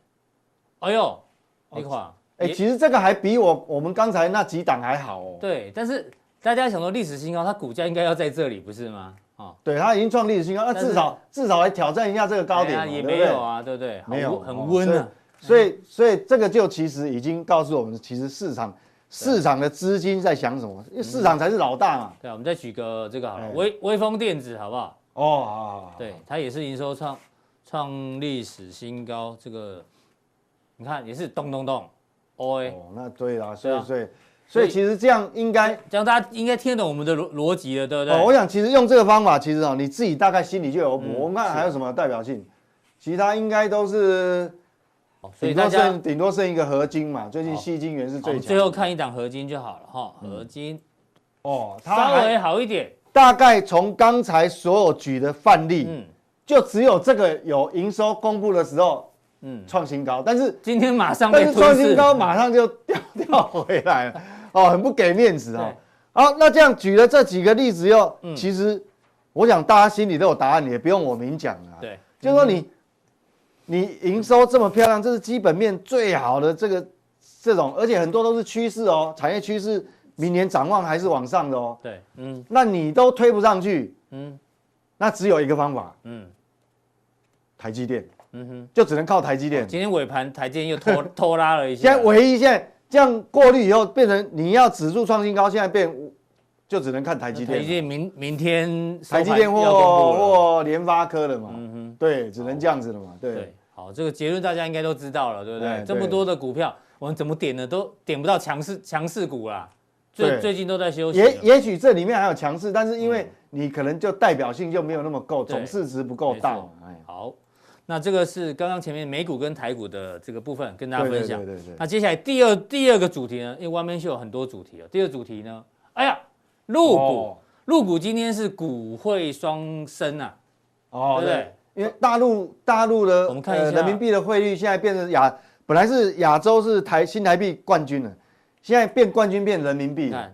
S1: 哎呦，你看，
S2: 哦哎、
S1: 也
S2: 其实这个还比我我们刚才那几档还好哦。
S1: 对，但是大家想说历史新高，它股价应该要在这里，不是吗？哦，
S2: 对，它已经创历史新高，那
S1: 但是
S2: 至少至少来挑战一下这个高点嘛、
S1: 哎呀也
S2: 对不对
S1: 没有啊，对不对？
S2: 没有哦
S1: 很很温啊，
S2: 所以，所以这个就其实已经告诉我们，其实市场市场的资金在想什么，
S1: 嗯
S2: 因为市场才是老大嘛。
S1: 对啊，我们再举个这个好了，
S2: 哎
S1: 微微风电子好不好？
S2: 哦，好
S1: 啊
S2: 好好，
S1: 对，它也是营收创创历史新高，这个你看也是咚咚哎咚，O A，
S2: 哦，那对啦，所
S1: 对啊
S2: 以所以
S1: 所
S2: 所
S1: 以
S2: 以其实这样应该，
S1: 这样大家应该听得懂我们的逻逻辑了，对不
S2: 哦，我
S1: 对？
S2: 想其实用这个方法，其实哦，你自己大概心里就有谱。
S1: 嗯
S2: 我们看
S1: 是
S2: 还有什么代表性，其他应该都是
S1: 哦所以
S2: 顶
S1: 大
S2: 多
S1: 家
S2: 剩顶多剩一个合金嘛，最近
S1: 好
S2: 吸金元是
S1: 好我
S2: 最
S1: 们
S2: 强。
S1: 最后看一档合金就好了哈，合金
S2: 哦，它
S1: 稍
S2: 还
S1: 微好一点，
S2: 大概从刚才所有举的范例，
S1: 嗯
S2: 就只有这个有营收公布的时候
S1: 嗯，
S2: 创新高，但是。
S1: 今天马上
S2: 但
S1: 被
S2: 是创
S1: 吞
S2: 新
S1: 噬，嗯
S2: 高马上就掉掉回来了，哦，很不给面子哦
S1: 对。嗯
S2: 好，那这样举了这几个例子又，其实我想大家心里都有答案，也不用我明讲了。，
S1: 对，嗯
S2: 就是说你你营收这么漂亮，这是基本面最好的这个这种，而且很多都是趋势哦，产业趋势明年展望还是往上的哦。
S1: 对，嗯
S2: 那你都推不上去，
S1: 嗯
S2: 那只有一个方法，
S1: 嗯
S2: 台积电
S1: 嗯哼，哦
S2: 就只能靠台积电。
S1: 今天尾盘台积电又拖 拖拉了一下，
S2: 嗯现在唯一现在这样过滤以后，变成你要指数创新高，现在变就只能看台积
S1: 台积
S2: 电了、
S1: 电明明天收
S2: 台
S1: 盘
S2: 积电
S1: 要公布了
S2: 或或联发科了嘛。
S1: 嗯哼。
S2: 对，只能这样子了嘛。对
S1: 对，好，这个结论大家应该都知道了，对不对？
S2: 哎
S1: 这么
S2: 对
S1: 多的股票，我们怎么点呢？都点不到强势强势股啦，最
S2: 对
S1: 最近都在休息了。
S2: 也也许这里面还有强势，但是因为你可能就代表性就没有那么够，
S1: 对
S2: 总市值不够大
S1: 没错。
S2: 哎，
S1: 好，那这个是刚刚前面美股跟台股的这个部分跟大家分享。
S2: 对对对对
S1: 那接下来第二第二个主题呢？因为 One Man Show 有很多主题哦。第二主题呢？哎呀，入股
S2: 哦，
S1: 入股今天是股汇双升啊，
S2: 哦
S1: 对不对
S2: 对，因为大陆大陆的呃
S1: 我们看一下
S2: 人民币的汇率现在变成亚，本来是亚洲是台新台币冠军了，现在变冠军变人民币
S1: 你
S2: 了。
S1: 看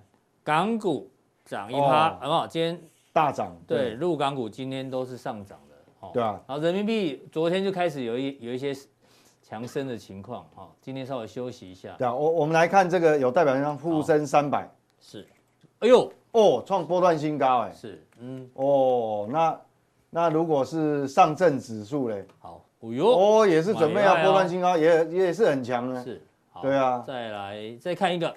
S1: 港股涨一
S2: 嗯哦嗯
S1: 趴，好不好？今天
S2: 大涨，
S1: 对，入港股今天都是上涨的，哦
S2: 对啊，
S1: 然后人民币昨天就开始有一有一些强升的情况，哈、今天稍微休息一下，
S2: 对啊，我我们来看这个有代表像沪深三百
S1: 是，哎呦，
S2: 哦，创波段新高哎、
S1: 是，嗯，
S2: 哦，那那如果是上证指数嘞，
S1: 好，哦哟，
S2: 哦也是准备要
S1: 蛮厉害哦
S2: 波段新高，也也是很强呢。
S1: 是，好，
S2: 对啊
S1: 再来再看一个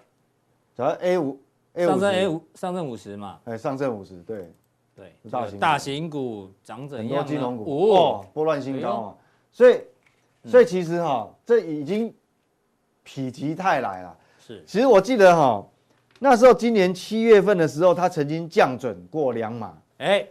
S2: 主要 A 五 A
S1: 上
S2: 哎五
S1: 证 A 五上证五十嘛，
S2: 哎上证五十对，
S1: 对，
S2: 大
S1: 这个
S2: 型
S1: 大型股涨怎
S2: 很
S1: 样
S2: 多
S1: 呢？
S2: 金融股
S1: 哦嗯
S2: 哦，波段新高啊，所以所以其实哈这已经否极泰来了。
S1: 是，
S2: 其实我记得哈那时候今年七月份的时候，它曾经降准过两码，
S1: 哎，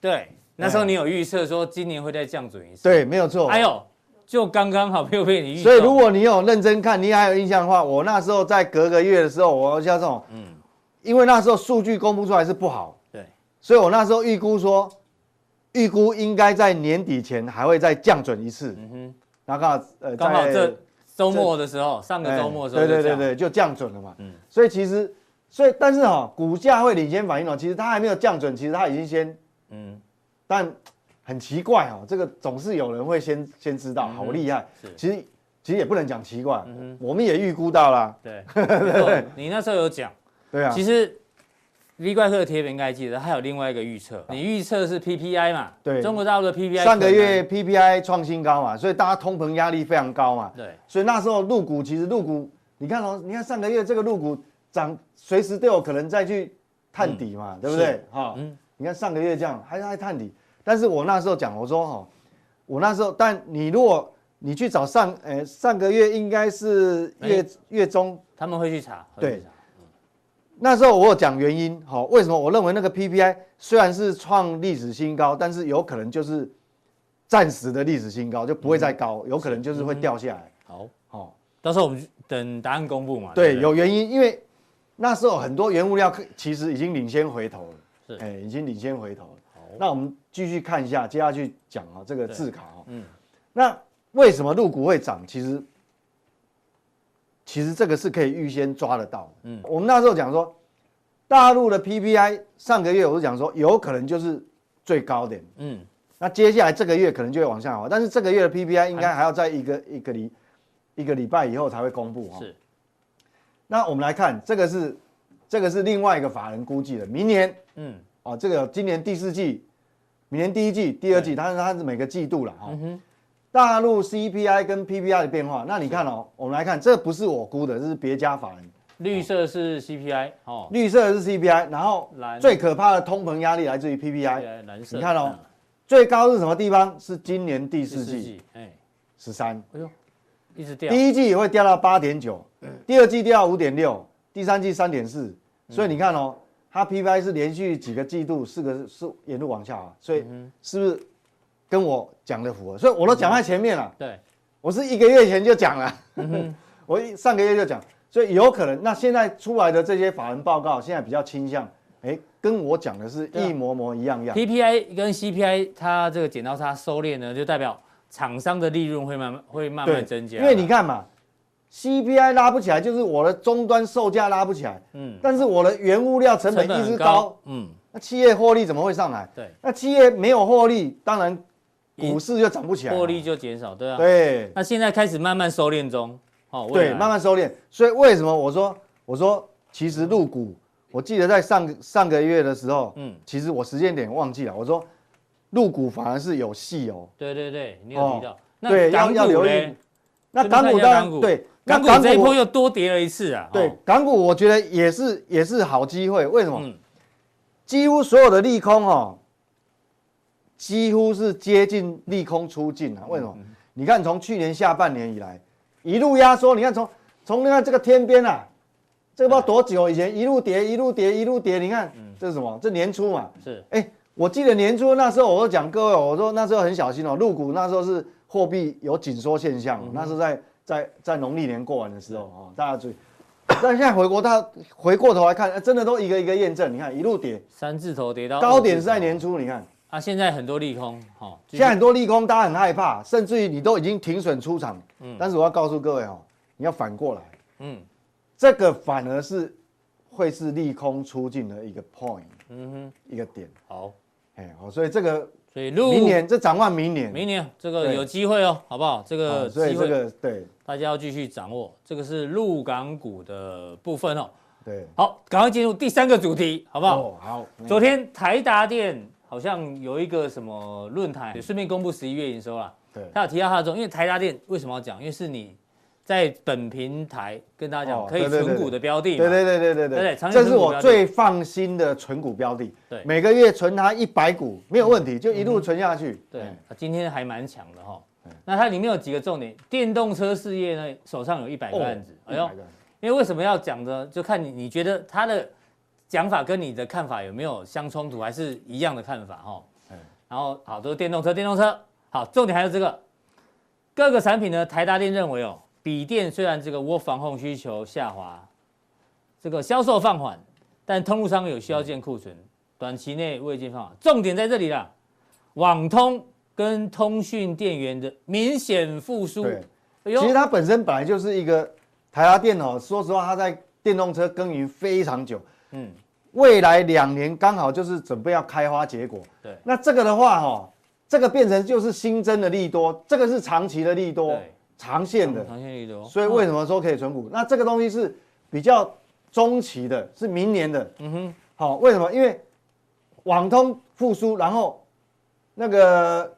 S1: 对，那时候你有预测说今年会再降准一次，
S2: 哎对，没有错。
S1: 哎呦，就刚刚好没有被你预，
S2: 所以如果你有认真看，你还有印象的话，我那时候在隔个月的时候，我像这种，
S1: 嗯
S2: 嗯，因为那时候数据公布出来是不好，
S1: 对，
S2: 所以我那时候预估说，预估应该在年底前还会再降准一次，
S1: 嗯哼。
S2: 然后刚好呃
S1: 刚好
S2: 在
S1: 这周末的时候，上个
S2: 哎
S1: 周末的时候就
S2: 对
S1: 这
S2: 对
S1: 样，
S2: 对对，就降准了嘛。
S1: 嗯
S2: 所以其实，所以但是哈、股价会领先反应哦。其实它还没有降准，其实它已经先，
S1: 嗯，
S2: 但很奇怪哦，这个总是有人会先先知道，好厉害。
S1: 嗯是
S2: 其实其实也不能讲奇怪，
S1: 嗯
S2: 我们也预估到啦。
S1: 对，没错你那时候有讲，
S2: 对啊，
S1: 其实。V 怪客的贴片应该记得，还有另外一个预测，你预测是 PPI 嘛？
S2: 啊对
S1: 中国大陆的 PPI
S2: 上个
S1: 可能
S2: 月 PPI 创新高嘛，所以大家通膨压力非常高嘛，
S1: 对
S2: 所以那时候入股其实入股，你看哦，你看上个月这个入股涨，随时都有可能再去探底嘛，对不对
S1: 是？
S2: 哈、
S1: 嗯
S2: 你看上个月这样还在探底，但是我那时候讲，我说哈、我那时候，但你如果你去找上，呃，上个月应该是月、
S1: 哎
S2: 月中，
S1: 他们会去查，
S2: 对
S1: 会去查
S2: 那时候我有讲原因，好、为什么我认为那个 PPI 虽然是创历史新高，但是有可能就是暂时的历史新高，就不会再
S1: 嗯
S2: 高，有可能就是会掉下来。
S1: 好，
S2: 哦，
S1: 到时候我们等答案公布嘛。
S2: 啊对，
S1: 不
S2: 有原因，因为那时候很多原物料其实已经领先回头了，
S1: 是
S2: 哎、已经领先回头了。
S1: 好
S2: 那我们继续看一下，接下去讲啊、这个字卡哦，
S1: 嗯
S2: 嗯，那为什么入股会涨？其实，其实这个是可以预先抓得到的。
S1: 嗯
S2: 嗯，我们那时候讲说，大陆的 PPI 上个月我是讲说，有可能就是最高点，
S1: 嗯，
S2: 那接下来这个月可能就会往下滑，但是这个月的 PPI 应该还要在一个一个礼一个礼拜以后才会公布哈、哦。
S1: 是
S2: 那我们来看，这个是这个是另外一个法人估计的，明年
S1: 嗯
S2: 哦，这个有今年第四季、明年第一季、第二季，它是它是每个季度了哈、哦
S1: 嗯哼
S2: 大陆 CPI 跟 PPI 的变化，那你看哦，我们来看，这不是我估的，这是别家法人，
S1: 绿色是 CPI 哦，
S2: 绿色的是 CPI，然后
S1: 蓝
S2: 最可怕的通膨压力来自于 PPI，
S1: 蓝蓝色，
S2: 你看哦
S1: 嗯，
S2: 最高是什么地方？是今年第
S1: 第四
S2: 四季
S1: 季，哎，
S2: 十三，
S1: 哎呦，一直掉，
S2: 第一季也会掉到八点九，第二季掉到五点六，第三季三点四，
S1: 嗯
S2: 所以你看哦，它 PPI 是连续几个季度四个是沿路往下滑，所以是不是跟我讲的符合？所以我都讲在前面了，
S1: 对，
S2: 我是一个月前就讲了，
S1: 嗯
S2: 我一上个月就讲，所以有可能那现在出来的这些法人报告现在比较倾向，哎，跟我讲的是
S1: 对啊
S2: 一模模一样样，
S1: PPI 跟 CPI 它这个剪刀差收敛呢，就代表厂商的利润会慢慢会慢慢增加，
S2: 因为你，看嘛，CPI 拉不起来，就是我的终端售价拉不起来。
S1: 嗯，
S2: 但是我的原物料成本一
S1: 很
S2: 直高，，
S1: 嗯，
S2: 那企业获利怎么会上来？
S1: 对，
S2: 那企业没有获利，当然股市就涨不起来嘛。
S1: 获利就减少，对啊，
S2: 对
S1: 那现在开始慢慢收敛中，哦，未
S2: 对，
S1: 来
S2: 慢，慢收敛。所以为什么我说我说其实入股，我记得在上上个月的时候，
S1: 嗯，
S2: 其实我时间点忘记了，我说入股反而是有戏哦。
S1: 对对对，你有提到，
S2: 对，要
S1: 港
S2: 要
S1: 股
S2: 留意
S1: 嘞，。
S2: 那
S1: 这边
S2: 港
S1: 看一
S2: 股
S1: 下
S2: 当
S1: 港
S2: 然
S1: 股
S2: 对，那
S1: 港股这一波又多跌了一次啊，
S2: 对哦
S1: 哦，
S2: 港股，我觉得也是也是好机会。为什么？
S1: 嗯，
S2: 几乎所有的利空哦，几乎是接近利空出尽啊。为什
S1: 嗯
S2: 么？你看从去年下半年以来，一路压缩，你看从从那个这个天边啊，这个不知道多久以前一路跌一路跌一路跌，你看
S1: 嗯
S2: 这是什么？这年初嘛，
S1: 是，
S2: 哎，我记得年初那时候我都讲各位哦，我说那时候很小心哦，入股那时候是货币有紧缩现象哦，
S1: 嗯
S2: 那时候在在在农历年过完的时候哦，大家注意。但现在回国，他回过头来看，呃真的都一个一个验证。你看一路跌，
S1: 三字头跌到
S2: 高点是在
S1: 二字头
S2: 年初，你看
S1: 啊，现在很多利空，哦，继续
S2: 现在很多利空，大家很害怕，甚至于你都已经停损出场。
S1: 嗯
S2: 但是我要告诉各位哦，你要反过来，
S1: 嗯
S2: 这个反而是会是利空出尽的一个 point，嗯哼，一个点，
S1: 好，
S2: 哎，好，所以这个
S1: 所以入
S2: 明年这展望明年，
S1: 哦明年这个
S2: 对
S1: 有机会哦，好不好？这
S2: 哦
S1: 个
S2: 所以
S1: 机
S2: 这
S1: 会
S2: 个对
S1: 大家要继续掌握，这个是陆港股的部分哦。
S2: 对，
S1: 好，赶快进入第三个主题，好不好？
S2: 哦好，
S1: 昨天台达电好像有一个什么论坛，也顺便公布十一月营收啦。
S2: 对
S1: 他有提到它的重，因为台达电为什么要讲？因为是你在本平台跟大家讲
S2: 哦
S1: 可以
S2: 对对对
S1: 存股的标的嘛。
S2: 对对对对对
S1: 对对长期
S2: 这
S1: 存股
S2: 是我
S1: 标的
S2: 最放心的存股标的，
S1: 对嗯
S2: 每个月存它一百股没有问题，就一路存下去，
S1: 对
S2: 哎，
S1: 它今天还蛮强的哈。那它里面有几个重点，电动车事业呢，手上有一百个案子。哎呦
S2: 哦100，个
S1: 因为为什么要讲呢？就看你你觉得他的讲法跟你的看法有没有相冲突，还是一样的看法哈
S2: 嗯。
S1: 然后好，都是电动车，电动车好，重点还有这个各个产品呢，台达电认为哦，笔电虽然这个窝防控需求下滑，这个销售放缓，但通路商有需要建库存，短期内未见放缓。重点在这里啦，网通跟通讯电源的明显复苏。
S2: 对，
S1: 哎
S2: 其实它本身本来就是一个台达电脑，说实话，它在电动车耕耘非常久，
S1: 嗯，
S2: 未来两年刚好就是准备要开花结果。
S1: 对
S2: 那这个的话，哈，这个变成就是新增的利多，这个是长期的利多
S1: 对，
S2: 长线的，
S1: 长线利多，
S2: 所以为什么说可以存股？那这个东西是比较中期的，是明年的。
S1: 嗯哼，
S2: 好、为什么？因为网通复苏，然后那个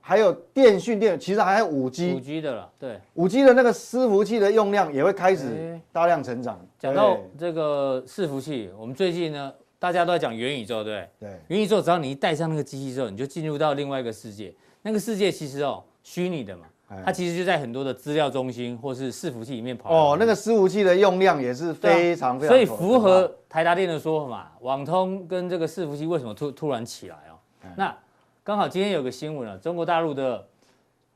S2: 还有电讯电，其实还有五 G，
S1: 五 G 的了，对。
S2: 五 G 的那个伺服器的用量也会开始
S1: 哎
S2: 大量成长。
S1: 讲到这个伺服器，我们最近呢，大家都在讲元宇宙，对不对？
S2: 对
S1: 元宇宙只要你一戴上那个机器之后，你就进入到另外一个世界。那个世界其实哦，虚拟的嘛
S2: 哎，
S1: 它其实就在很多的资料中心或是伺服器里面跑
S2: 对
S1: 来跑去。
S2: 哦，那个伺服器的用量也是
S1: 对啊
S2: 非常非常
S1: 所以
S2: 可怕
S1: 符合台达电的说法嘛，网通跟这个伺服器为什么突突然起来哦？
S2: 哎
S1: 那刚好今天有个新闻啊，中国大陆的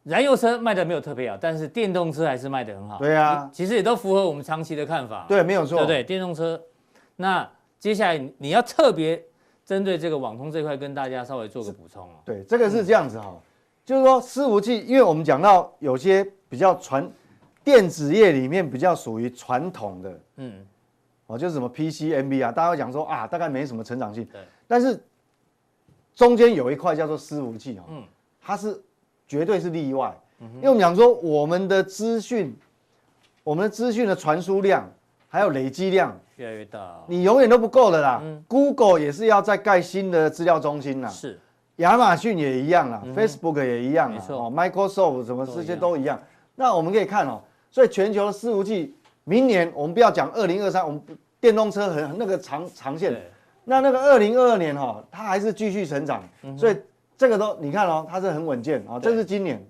S1: 燃油车卖的没有特别好，但是电动车还是卖的很好。
S2: 对啊
S1: 其实也都符合我们长期的看法。
S2: 对，没有
S1: 对
S2: 错，
S1: 不对？电动车，那接下来你你要特别针对这个网通这一块跟大家稍微做个补充哦。
S2: 对这个是这样子哈、就是说伺服器，因为我们讲到有些比较传电子业里面比较属于传统的
S1: 嗯，
S2: 哦，就是什么 PC、MB 啊，大家会讲说啊，大概没什么成长性，
S1: 对，
S2: 但是中间有一块叫做伺服器哦，
S1: 嗯
S2: 它是绝对是例外，因为我们讲说我们的资讯，我们的资讯的传输量还有累积量，
S1: 越来越大哦、嗯
S2: 你永远都不够的啦。Google 也是要再盖新的资料中心啦，
S1: 是
S2: 亚马逊也一样啦、f a c e b o o k 也一样
S1: 嗯
S2: 啦，
S1: 没错
S2: 哦，Microsoft 什么
S1: 都
S2: 这
S1: 一
S2: 些
S1: 样
S2: 都一样。那我们可以看哦，所以全球的伺服器，明年我们不要讲二零二三，我们不电动车很那个长长线。
S1: 对，
S2: 那那个二零二二年哈、哦，它还是继续成长，所以这个都你看哦，它是很稳健啊、哦，
S1: 嗯对
S2: 这是今年。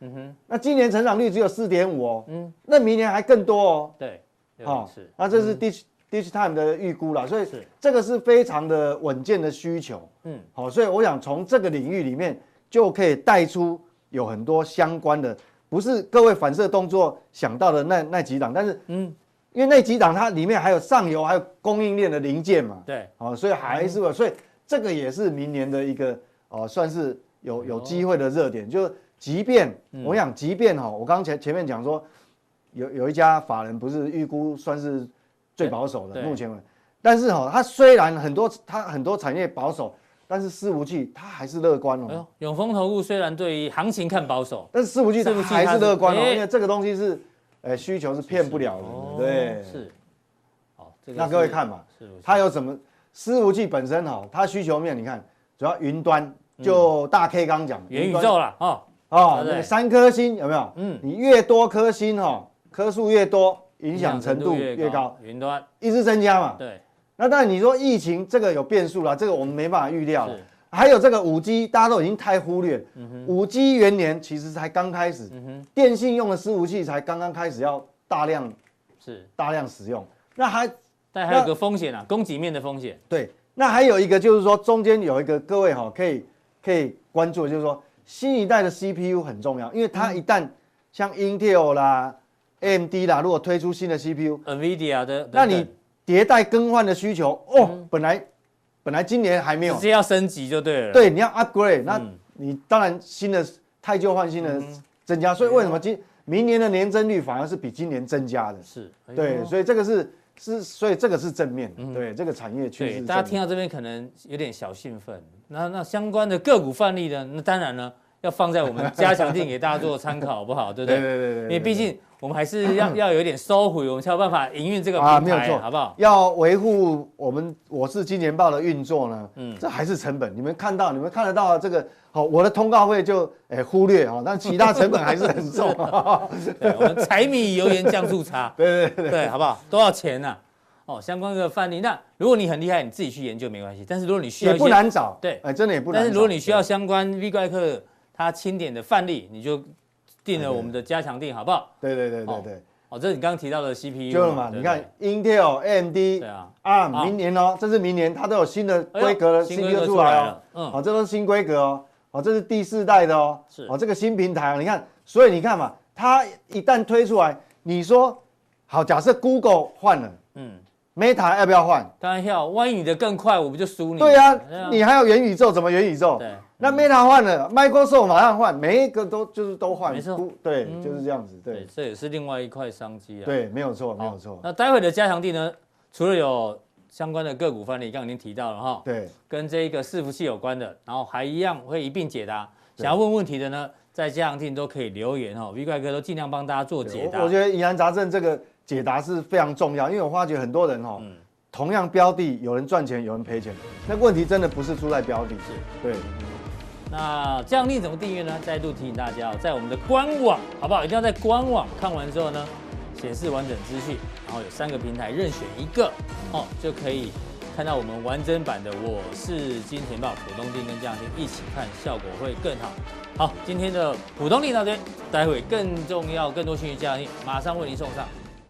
S1: 嗯哼，
S2: 那今年成长率只有四点五哦，
S1: 嗯，
S2: 那明年还更多哦，
S1: 对，有点
S2: 哦
S1: 是，嗯
S2: 那这是 Ditch Ditch Time 的预估啦，所以
S1: 是
S2: 这个是非常的稳健的需求，
S1: 嗯，
S2: 好、所以我想从这个领域里面就可以带出有很多相关的，不是各位反射动作想到的那那几档，但是
S1: 嗯，
S2: 因为那几档它里面还有上游还有供应链的零件嘛，
S1: 对，
S2: 哦，所以还是会，所以这个也是明年的一个哦，算是有有机会的热点。就即便
S1: 嗯
S2: 我想，即便哈，我刚前前面讲说，有有一家法人不是预估算是最保守的，
S1: 对
S2: 目前为止，但是哈，它虽然很多它很多产业保守，但是伺服器它还是乐观
S1: 哎
S2: 哦，
S1: 呦，永丰投顾虽然对于行情看保守，
S2: 但是伺服器它
S1: 伺服器它
S2: 还是乐观哦，
S1: 是哎
S2: 因为这个东西是，呃，需求是骗不了人
S1: 哦
S2: 的，对，
S1: 是，好，这
S2: 那各位看嘛，
S1: 是不是？
S2: 它有什么伺服器本身哈，它需求面你看，主要云端就大 K 刚讲的
S1: 嗯元宇
S2: 端
S1: 宙啦，哦，
S2: 哦，
S1: 对不对
S2: 那个三颗星有没有？
S1: 嗯
S2: 嗯，你越多颗星哈，颗数越多，影响程度越高，，啊
S1: 云端，
S2: 一直增加嘛。
S1: 对，
S2: 那当然你说疫情这个有变数啦，这个我们没办法预料了
S1: 是。嗯
S2: 还有这个五 G，大家都已经太忽略。五 G 元年其实才刚开始，电信用的伺服器才刚刚开始要大量
S1: 是，
S2: 大量使用。那还
S1: 但还有
S2: 那
S1: 个风险啊，供给面的风险，
S2: 对，那还有一个就是说，中间有一个各位哈、可以可以关注，就是说新一代的 CPU 很重要，因为它一旦像 Intel 啦、AMD 啦，如果推出新的 CPU，
S1: NVIDIA 的，
S2: 那
S1: 等
S2: 你
S1: 等
S2: 迭代更换的需求哦，
S1: 嗯
S2: 本来本来今年还没有
S1: 直，接要升级就对了，，
S2: 对，你要 upgrade，那
S1: 嗯
S2: 你当然新的太旧换新的增
S1: 啊
S2: 加，所以为什么今明年的年增率反而是比今年增加的？
S1: 是，哎呦嗯
S2: 对，所以这个是是，所以这个是正面的，对这个产业趋势
S1: 对，
S2: 是
S1: 大家
S2: 正
S1: 听
S2: 面
S1: 到这边可能有点小兴奋。那那相关的个股范例呢？那当然呢，要放在我们加强定给大家做参考，好不好？对
S2: 的
S1: 不对？
S2: 对对对对，
S1: 因
S2: 对
S1: 为毕竟我们还是要要有一点收回，我们才有办法营运这个
S2: 啊
S1: 平
S2: 没有
S1: 台，
S2: 错
S1: 好不好？
S2: 要维护我们我是金钱豹的运作呢，嗯，这还是成本。你们看到，你们看得到这个，好、我的通告费就哎忽略啊、但其他成本还是很重。
S1: 对，我们柴米油盐酱醋茶，
S2: 对对对，
S1: 对好不好？多少钱呢、哦，相关的范例，那如果你很厉害，你自己去研究没关系。但是如果你 需要
S2: 也
S1: 一
S2: 不
S1: 些，
S2: 难找。
S1: 对
S2: 哎，真的也不难
S1: 但
S2: 找。
S1: 是如果你需要相关 V 怪客他清点的范例，你就定了我们的加强定，好不好？
S2: 对，对对对
S1: 哦
S2: 对对，
S1: 哦，这是你刚刚提到的 CPU
S2: 就是嘛，
S1: 对
S2: 你
S1: 不
S2: 看
S1: 对
S2: Intel、AMD
S1: 对、啊，
S2: ARM，明年哦，这是明年它都有新的
S1: 哎呦
S2: 规格的
S1: 新规
S2: CPU
S1: 格
S2: 出来哦
S1: 了。，嗯，
S2: 好，这都是新规格哦。好，这是第四代的哦。
S1: 是
S2: 哦，这个新平台哦，你看，所以你看嘛，它一旦推出来，你说好，假设 Google 换了，
S1: 嗯
S2: 嗯，Meta 要不要换？
S1: 当然要，万一你的更快，我不就输你？啊
S2: 对呀、你还有元宇宙，怎么元宇宙？
S1: 对嗯
S2: 那 Meta 换了，Microsoft 马上换，每一个都就是都换。
S1: 没错嗯
S2: 不，对，就是这样子。
S1: 对
S2: 对，，
S1: 这也是另外一块商机啊。
S2: 对，没有错，没
S1: 好，
S2: 有错。
S1: 那待会的加强地呢，除了有相关的个股范例，刚刚已经提到了哈，
S2: 对，
S1: 跟这个伺服器有关的，然后还一样会一并解答。想要问问题的呢，在加强地都可以留言哦，V 怪哥都尽量帮大家做解
S2: 对
S1: 答。
S2: 我我觉得疑难杂症这个解答是非常重要，因为我发觉很多人哦，
S1: 嗯
S2: 同样标的，有人赚钱，有人赔钱，那问题真的不是出在标的，对。
S1: 那这样令怎么订阅呢？再度提醒大家哦，在我们的官网，好不好？一定要在官网看完之后呢，显示完整资讯，然后有三个平台任选一个哦，就可以看到我们完整版的《我是金钱豹》普通定跟这样定一起看，效果会更好。好，今天的普通定到这边，待会更重要、更多讯息这样定，马上为您送上。